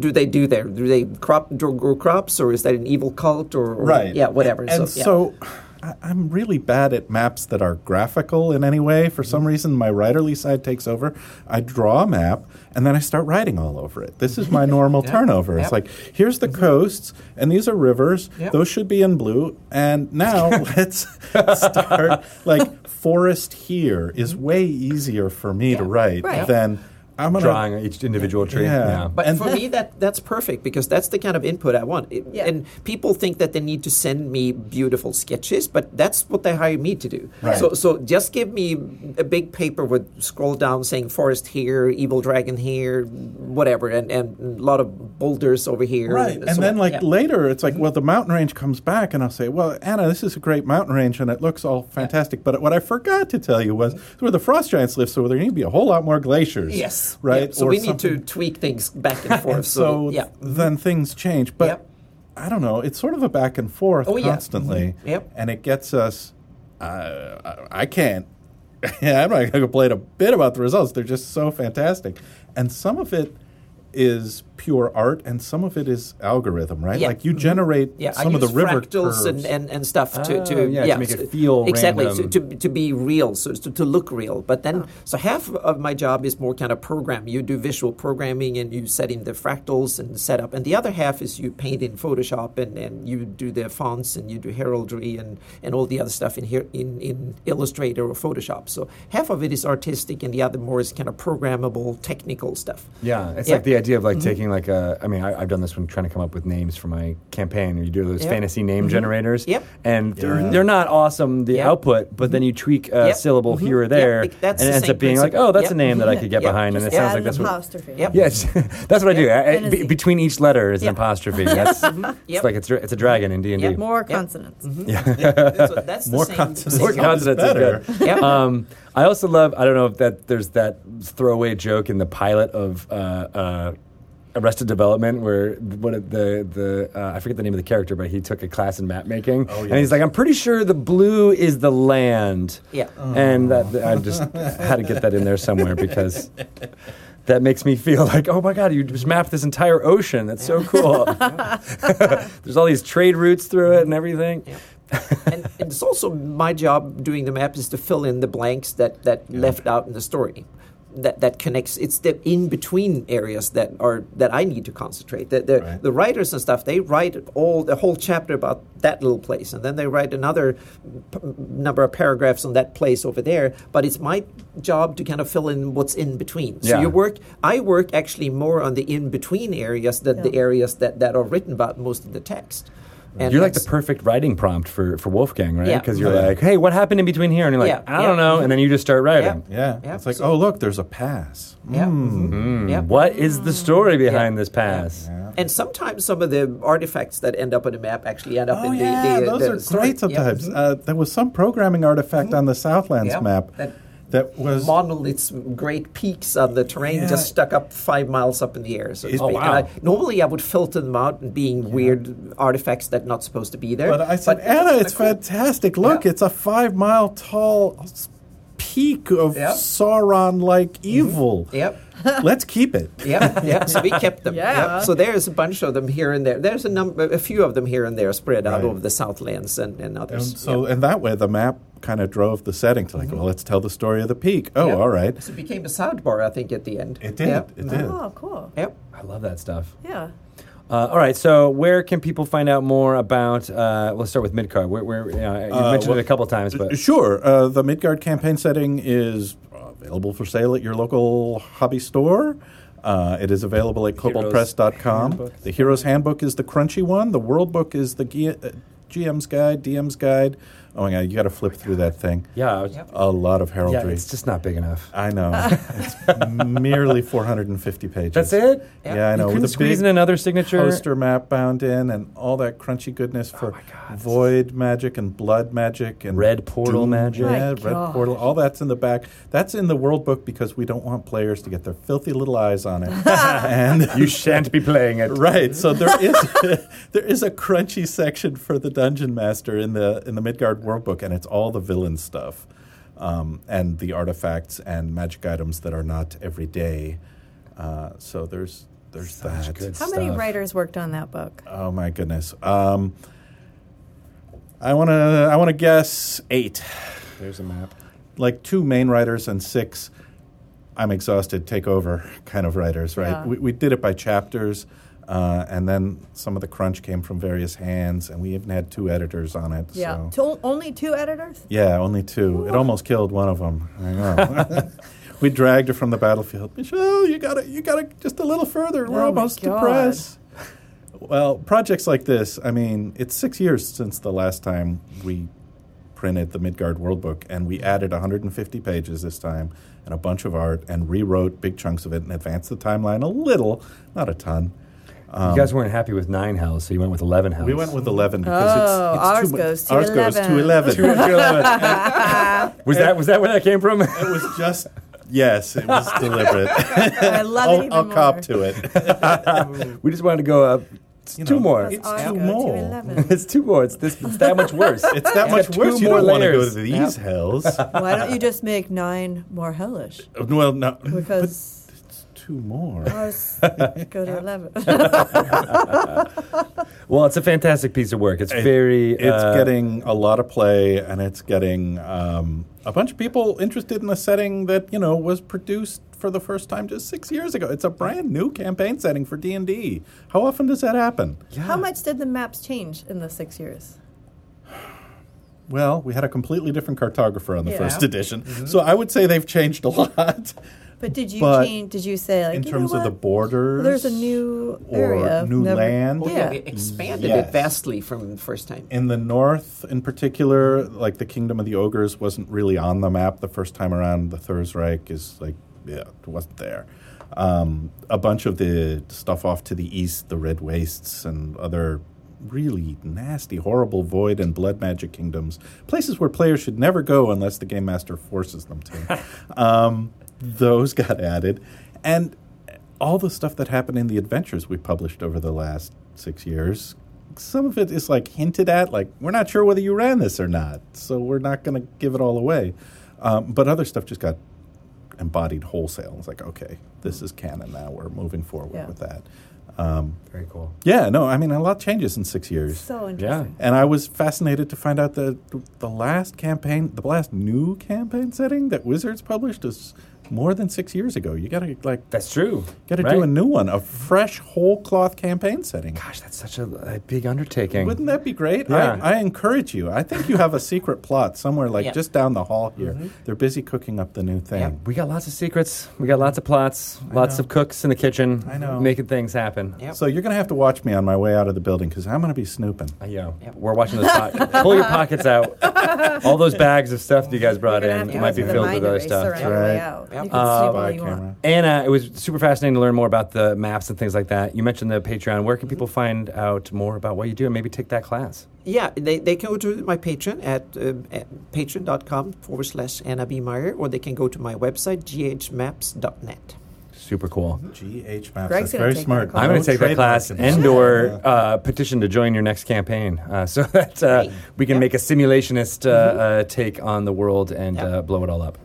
do they do there? Do they crop grow, grow crops or is that an evil cult or, or- right Yeah, whatever. and so, yeah. so, I i'm really bad at maps that are graphical in any way for Mm-hmm. some reason my writerly side takes over i draw a map and then i start writing all over it this is my normal turnover it's Yep. Mm-hmm. like here's the coasts and these are rivers Yep. those should be in blue and now let's start like forest here is way easier for me to write Right. than i'm gonna Drawing each individual tree. Yeah. But And for me, that that's perfect because that's the kind of input I want. It- Yeah. And people think that they need to send me beautiful sketches, but that's what they hire me to do. So, so just give me a big paper with scroll down saying forest here, evil dragon here, whatever, and, and a lot of boulders over here. Right. And, so then, on. like, Yeah. Mm-hmm. later, it's like, well, the mountain range comes back, and I'll say, well, Anna, this is a great mountain range, and it looks all fantastic. But what I forgot to tell you was where the frost giants live, so there need to be a whole lot more glaciers. Mm-hmm. Yes. Right? Yeah. So Or we need to something- tweak things back and forth. so, So yeah. then things change. But Yep. I don't know. It's sort of a back and forth Oh, yeah. constantly. Mhm. Yep. And it gets us, uh, I- I can't. Yeah, I'm not going to complain a bit about the results. They're just so fantastic. And some of it is pure art, and some of it is algorithm, right? Yeah. Mm-hmm. Like you generate Yeah, I some of the use river fractals curves. Ah, and, and, and stuff to, Oh, to yeah, to make it feel exactly to, random. to, to be real, so to, to look real. But Ah. then, so half of my job is more kind of program. You do visual programming and you set in the fractals and set up, and the other half is you paint in Photoshop and, and you do the fonts and you do heraldry and, and all the other stuff in here in, in Illustrator or Photoshop. So half of it is artistic, and the other more is kind of programmable, technical stuff. Yeah, it's Yeah. Mm-hmm. like the idea of like taking like a. I mean, I, I've done this when trying to come up with names for my campaign. Or you do those Yep. Mm-hmm. fantasy name generators. Yep. And they're, they're not awesome the Yep. output, but then you tweak a Yep. syllable Mhm. here or Yep. there, Like, that's and it the ends same up being like, principle. oh, that's Yep. a name that I could get Yep. behind, and it Just sounds add like an that's what. apostrophe. Yep. Yes, that's what I do. I- I- be- Fantasy. between each letter is an Yeah. apostrophe. That's it's Mm-hmm. Yep. like it's, dra- it's a dragon in D and D. Yep. More consonants. Mm-hmm. so that's the More same. consonants. same- More consonants is better. good. Yep. Um, I also love. I don't know if that there's that throwaway joke in the pilot of uh, uh, Arrested Development where what it- the the uh, I forget the name of the character, but he took a class in map making, and he's like, "I'm pretty sure the blue is the land." Yeah. and that I just had to get that in there somewhere because. That makes me feel like, oh my God, you just mapped this entire ocean. That's so cool. There's all these trade routes through it and everything. and, and it's also my job doing the map is to fill in the blanks that that left out in the story that that connects it's the in between areas that are that I need to concentrate the the, Right. the writers and stuff they write all the whole chapter about that little place and then they write another p- number of paragraphs on that place over there but it's my job to kind of fill in what's in between so Yeah. you work I work actually more on the in between areas than the Yeah. areas that that are written about most of the text And you're like the that's- perfect writing prompt for, for Wolfgang, right? Yeah. Because you're like, hey, what happened in between here? And you're like, Yeah. I don't Yeah. know. And then you just start writing. Yeah. Yeah, It's like, so- oh, look, there's a pass. Mm-hmm. Yeah. Hmm. mhm, yeah. What is the story behind this pass? And sometimes some of the artifacts that end up on the map actually end up Oh, in the, yeah. the those the are story. Mm-hmm. great sometimes. Uh, there was some programming artifact on the Southlands Yeah. map that, That- was. Model its great peaks on the terrain Yeah. just stuck up five miles up in the air. So to Oh, speak. And wow. I- normally I would filter them out and being weird artifacts that not supposed to be there. But I said, Anna, it's fantastic. Look, Yeah. it's a five mile tall s- peak of Yep. Sauron like evil. Mm-hmm. Yep. Let's keep it. yeah, yeah. So we kept them. Yeah. Yep. So there's a bunch of them here and there. There's a number, a few of them here and there spread out Right. over the Southlands and, and And others. so, and that way the map kind of drove the settings like, well, let's tell the story of the peak. Oh, Mm-hmm. Yep. all right. So it became a sidebar, I think, at the end. It did. Yep. It did. Oh, cool. Yep. I love that stuff. Yeah. Uh, all right, so where can people find out more about? Uh, let's start with Midcard. Where, where you, know, you Uh, mentioned well- it a couple times, but Sure. Uh, the Midgard campaign setting is uh, available for sale at your local hobby store. Uh, it is available at koboldpress.com. The Hero's Handbook is the crunchy one. The World Book is the G- uh, GM's Guide, DM's Guide. Oh my God, you got to flip through that thing. yeah, I was- A lot of yeah, heraldry. it's just not big enough. I know. it's merely 450 pages. That's it. Yeah, Yeah. I know. You couldn't With a squeeze big in another signature. poster map bound in and all that Oh crunchy goodness for void magic and blood magic and Red portal magic. My Yeah, red God. portal. All that's in the back. That's in the world book because we don't want players to get their filthy little eyes on it. and You shan't be playing it. right, so there is there is a crunchy section for the dungeon master in the in the Midgard world book, and it's all the villain stuff. Um, and the artifacts and magic items that are not everyday. Uh, so there's there's that. good How many stuff. writers worked on that book? Oh my goodness. Um, I want to. I want to guess eight. There's a map. Like two main writers and six. I'm exhausted. Take over kind of writers, right? Yeah. We, we did it by chapters, uh, and then some of the crunch came from various hands, and we even had two editors on it. Yeah. So. To- only two editors? Yeah, only two. It almost killed one of them. I know. we dragged her from the battlefield. Michelle, you got to you got to just a little further. We're Oh my almost God. depressed. Well, projects like this, I mean, it's 6 years since the last time we printed the Midgard World Book and we added 150 pages this time and a bunch of art and rewrote big chunks of it and advanced the timeline a little, not a ton. Um, you guys weren't happy with nine house, so you went with eleven house. We went with 11 because it's- Oh, it's, ours too mu- goes to ours goes to 11. 11. was that was that where that came from? It was just yes, it was deliberate. I love it I'll, even I'll more. cop to it. we just wanted to go up. It's You two know, more. It's Ours too goes to more. 11. It's two more. It's this. It's that much worse. It's that Yeah. much Two worse. You more don't want to go layers. to these hells. Why don't you just make nine more hellish? well, no, Because it's two more. ours go to 11. Well, it's a fantastic piece of work. It's very. It's uh, getting a lot of play, and it's getting um, a bunch of people interested in a setting that you know was produced for the first time just six years ago. It's a brand new campaign setting for D and D. How often does that happen? How much did the maps change in the six years? Well, we had a completely different cartographer on the Yeah. first edition, so I would say they've changed a lot. But did you But change? Did you say like in you terms know of the what? borders. There's a new or area, new never- land. Oh, yeah. Yeah. we expanded Yes. it vastly from the first time. In the north, in particular, like the Kingdom of the Ogres wasn't really on the map the first time around. The Thursreich is like, yeah, it wasn't there. Um, a bunch of the stuff off to the east, the Red Wastes, and other really nasty, horrible void and blood magic kingdoms, places where players should never go unless the game master forces them to. um, those got added. And all the stuff that happened in the adventures we published over the last six years, some of it is like hinted at, like we're not sure whether you ran this or not, so we're not going to give it all away. Um, but other stuff just got embodied wholesale. It's like, okay, this is canon now. We're moving forward Yeah. with that. Um, very cool. yeah, no, I mean, a lot changes in six years. So Yeah. interesting. And I was fascinated to find out that the last campaign, the last new campaign setting that Wizards published is more than six years ago. You gotta like That's true. Got to right? do a new one, a fresh whole cloth campaign setting. Gosh, that's such a, a big undertaking. Wouldn't that be great? Yeah. I, I encourage you. I think you have a secret plot somewhere, like Yeah. just down the hall here. Mm-hmm. They're busy cooking up the new thing. we got lots of secrets. We got lots of plots. lots of cooks in the kitchen. I know. Making things happen. Yep. So you're going to have to watch me on my way out of the building because I'm going to be snooping. Uh, Yeah, Yep. we're watching those. Po- pull your pockets out. All those bags of stuff that you guys brought You're gonna in have to might go be to the filled with mind other eraser stuff. on the way Right. out. Yep. You can sleep all Spy Oh, you want. camera. Anna, it was super fascinating to learn more about the maps and things like that. You mentioned the Patreon. Where can people find out more about what you do and maybe take that class? Yeah, they, they can go to my patron at, um, at patreon.com forward slash Anna B. Meyer, or they can go to my website, ghmaps.net. Super cool. Greg's GH Maps. That's gonna very take smart. that class. I'm going No to take that trademark class in this. and or uh, petition to join your next campaign uh, so that uh, Great. we can Yeah. make a simulationist uh, uh, take on the world and Yeah. uh, blow it all up.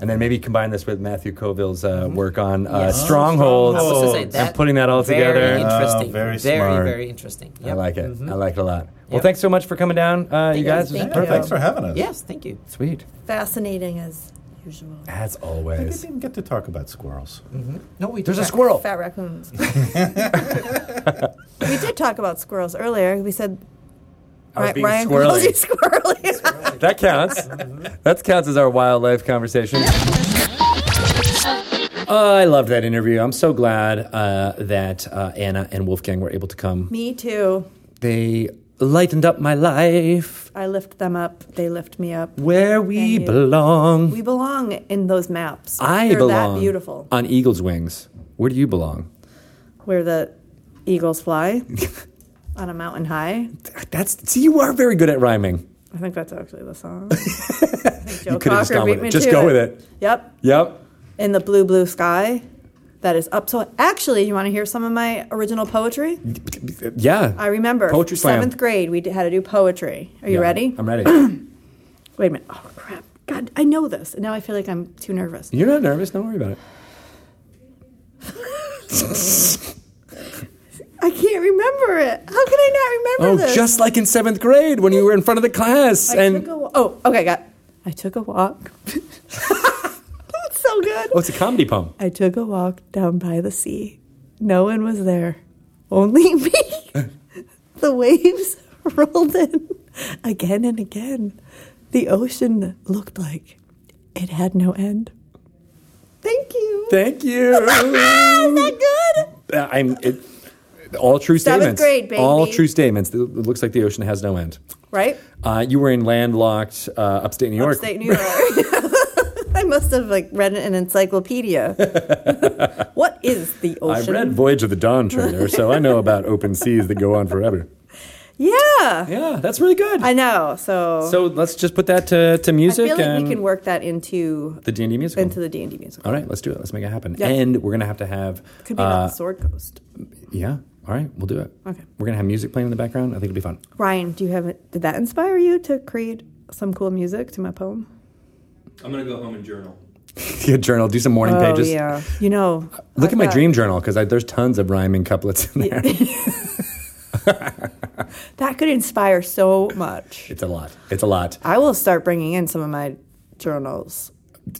And then maybe combine this with Matthew Coville's uh, work on uh, Yes. strongholds I was gonna say, and that- putting that all very together. Interesting. Oh, very very, smart. very interesting. I Yep. like it. I like it a lot. Well, Yep. thanks so much for coming down, uh, you Thank you. guys. It was Thank Yeah, perfect. you. Thanks for having us. Yes, thank you. Sweet. Fascinating as usual. As We always. didn't get to talk about squirrels. No, we There's do a that. Oh. squirrel. Fat raccoons. we did talk about squirrels earlier. We said I was Ri- being Ryan squirrely. calls you squirrely. That counts. that counts as our wildlife conversation. I loved that interview. I'm so glad uh, that uh, Anna and Wolfgang were able to come. me too. They lightened up my life I lift them up. They lift me up. where we Thank you. belong. We belong in those maps. I They're belong that beautiful. on eagle's wings. Where do you belong? Where the eagles fly on a mountain high. That's see, you are very good at rhyming. I think that's actually the song. I think Joe You could have just Cocker gone with beat it. me Just to go with it. Yep. Yep. In the blue, blue sky that is up. So actually, you want to hear some of my original poetry? Yeah. I remember. Poetry slam. Seventh grade, we d- had to do poetry. Are you Yeah, ready? I'm ready. Wait a minute. Oh, crap. God, I know this. And now I feel like I'm too nervous. You're not nervous. Don't worry about it. I can't remember it. How can I not Oh, remember this? just like in seventh grade when you were in front of the class. I and took a wa- oh, okay, got. I took a walk. That's so good. oh, it's a comedy poem. I took a walk down by the sea. No one was there, only me. the waves rolled in again and again. The ocean looked like it had no end. Thank you. Thank you. Uh, Is that good? I'm it, all true Seventh statements. grade, baby. All true statements. It looks like the ocean has no end. Right? Uh, you were in landlocked uh, upstate New York. Upstate New York. I must have like read an encyclopedia. what is the I ocean? read Voyage of the Dawn trailer, so I know about open seas that go on forever. Yeah. Yeah, that's really good. I know. So, so let's just put that to, to I feel music like and we can work that into the D and D musical. into the D and D musical. all right, let's do it. Let's make it happen. Yeah. And we're gonna have to have Could be uh, about the Sword Coast. yeah. All right, we'll do it. Okay. We're gonna have music playing in the background. I think it'll be fun. Ryan, do you have it? Did that inspire you to create some cool music to my poem? I'm gonna go home and journal. Yeah, journal. Do some morning pages. Oh, yeah. You know, Look I've at my got- dream journal because there's tons of rhyming couplets in there. That could inspire so much. it's a lot. It's a lot. I will start bringing in some of my journals.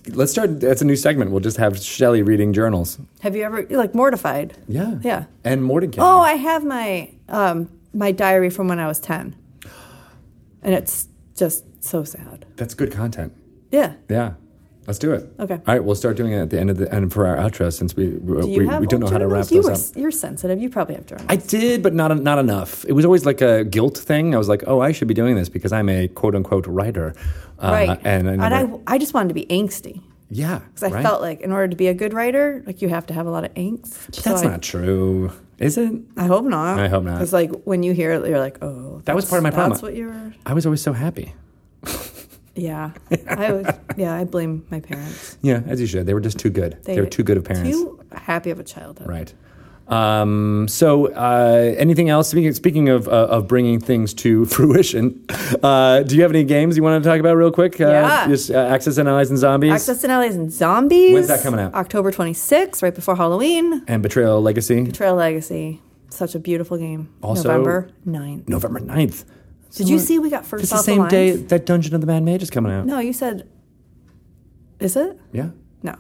Let's start. That's a new segment. We'll just have Shelley reading journals. Have you ever like mortified? Yeah. Yeah. And Mordecai. Oh, I have my um, my diary from when I was ten, and it's just so sad. That's good content. Yeah. Yeah. Let's do it. Oh. Okay. All right. We'll start doing it at the end of the end for our outro since we we, Do you we, have we don't know old how to wrap journals? you those were- up. You're sensitive. You probably have journals. I did, but not not enough. It was always like a guilt thing. I was like, oh, I should be doing this because I'm a quote unquote writer. Uh, right. And I, never, I, I just wanted to be angsty. yeah. Because I right? felt like in order to be a good writer, like you have to have a lot of angst. But that's So I- not true, is it? I hope not. I hope not. It's like when you hear it, you're like, oh, That was part of my problem. that's- That's what you were. I was always so happy. Yeah, I was. Yeah, I blame my parents. Yeah, as you should. They were just too good. They, were too good of parents. Too happy of a childhood. Right. Um, so, uh, anything else? Speaking, speaking of, uh, of bringing things to fruition, uh, do you have any games you want to talk about real quick? Uh, Yeah. Just uh, Access and Allies and Zombies Access and Allies and Zombies. When's that coming out? October 26th, right before Halloween. and Betrayal Legacy, Trail Legacy. Such a beautiful game. Also- November 9th. November 9th. Did you see we got first It's the off same lines? day that Dungeon of the Mad Mage is coming out. No, you said. Is it? Yeah. No.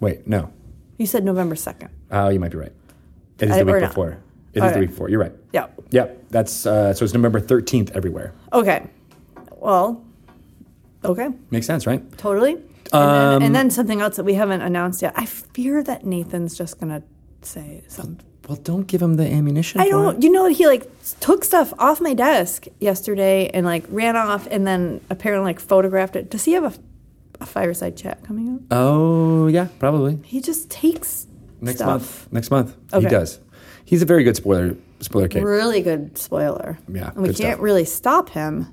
Wait, no. You said November 2nd. Oh, you might be right. It is I- the or week not. before. It is All the right. week before. You're right. Yeah. Yep. That's uh, so. It's November thirteenth everywhere. Okay. Well, okay. Makes sense, right? Totally. And, then, and then something else that we haven't announced yet. I fear that Nathan's just going to say something. Well, don't give him the ammunition. I don't. You know, he like took stuff off my desk yesterday and like ran off, and then apparently like photographed it. Does he have a, a fireside chat coming up? Oh yeah, probably He just takes next stuff. month. Next month he Okay. does. He's a very good spoiler spoiler kid. Really good spoiler. Yeah, and we good can't stuff. really stop him.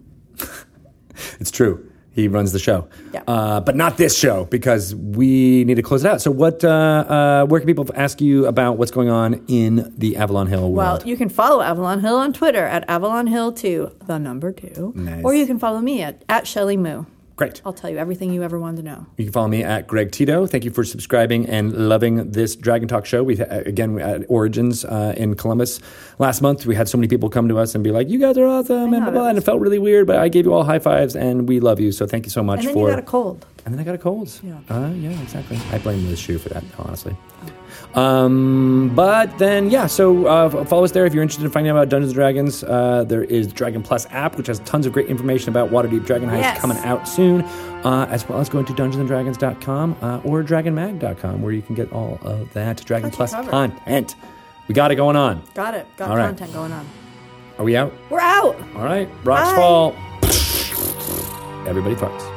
It's true. He runs the show. Yeah. Uh, but not this show because we need to close it out. So what? Uh, uh, where can people ask you about what's going on in the Avalon Hill Well, world? you can follow Avalon Hill on Twitter at Avalon Hill Two, the number two, Nice. or you can follow me at at Shelley Moo. Great. I'll tell you everything you ever wanted to know. You can follow me at Greg Tito. Thank you for subscribing and loving this Dragon Talk show. We uh, again we at Origins uh, in Columbus last month. We had so many people come to us and be like, "You guys are awesome," and blah, know, blah, that and it felt really weird, but I gave you all high fives, and we love you. So thank you so much And then for. you got a cold. And then I got a cold. Yeah. Uh, yeah, exactly. I blame Liz Shoe for that, honestly. Oh. Um, but then, yeah, so uh, f- follow us there if you're interested in finding out about Dungeons & Dragons. Uh, there is Dragon Plus app, which has tons of great information about Waterdeep Dragon Heist Yes. coming out soon, uh, as well as going to dungeonsanddragons.com uh, or dragonmag.com, where you can get all of that Dragon Got you Plus covered. content. We got it going on. Got it. Got All right. content going on. Are we out? We're out. All right. Rocks Bye. fall. Everybody farts.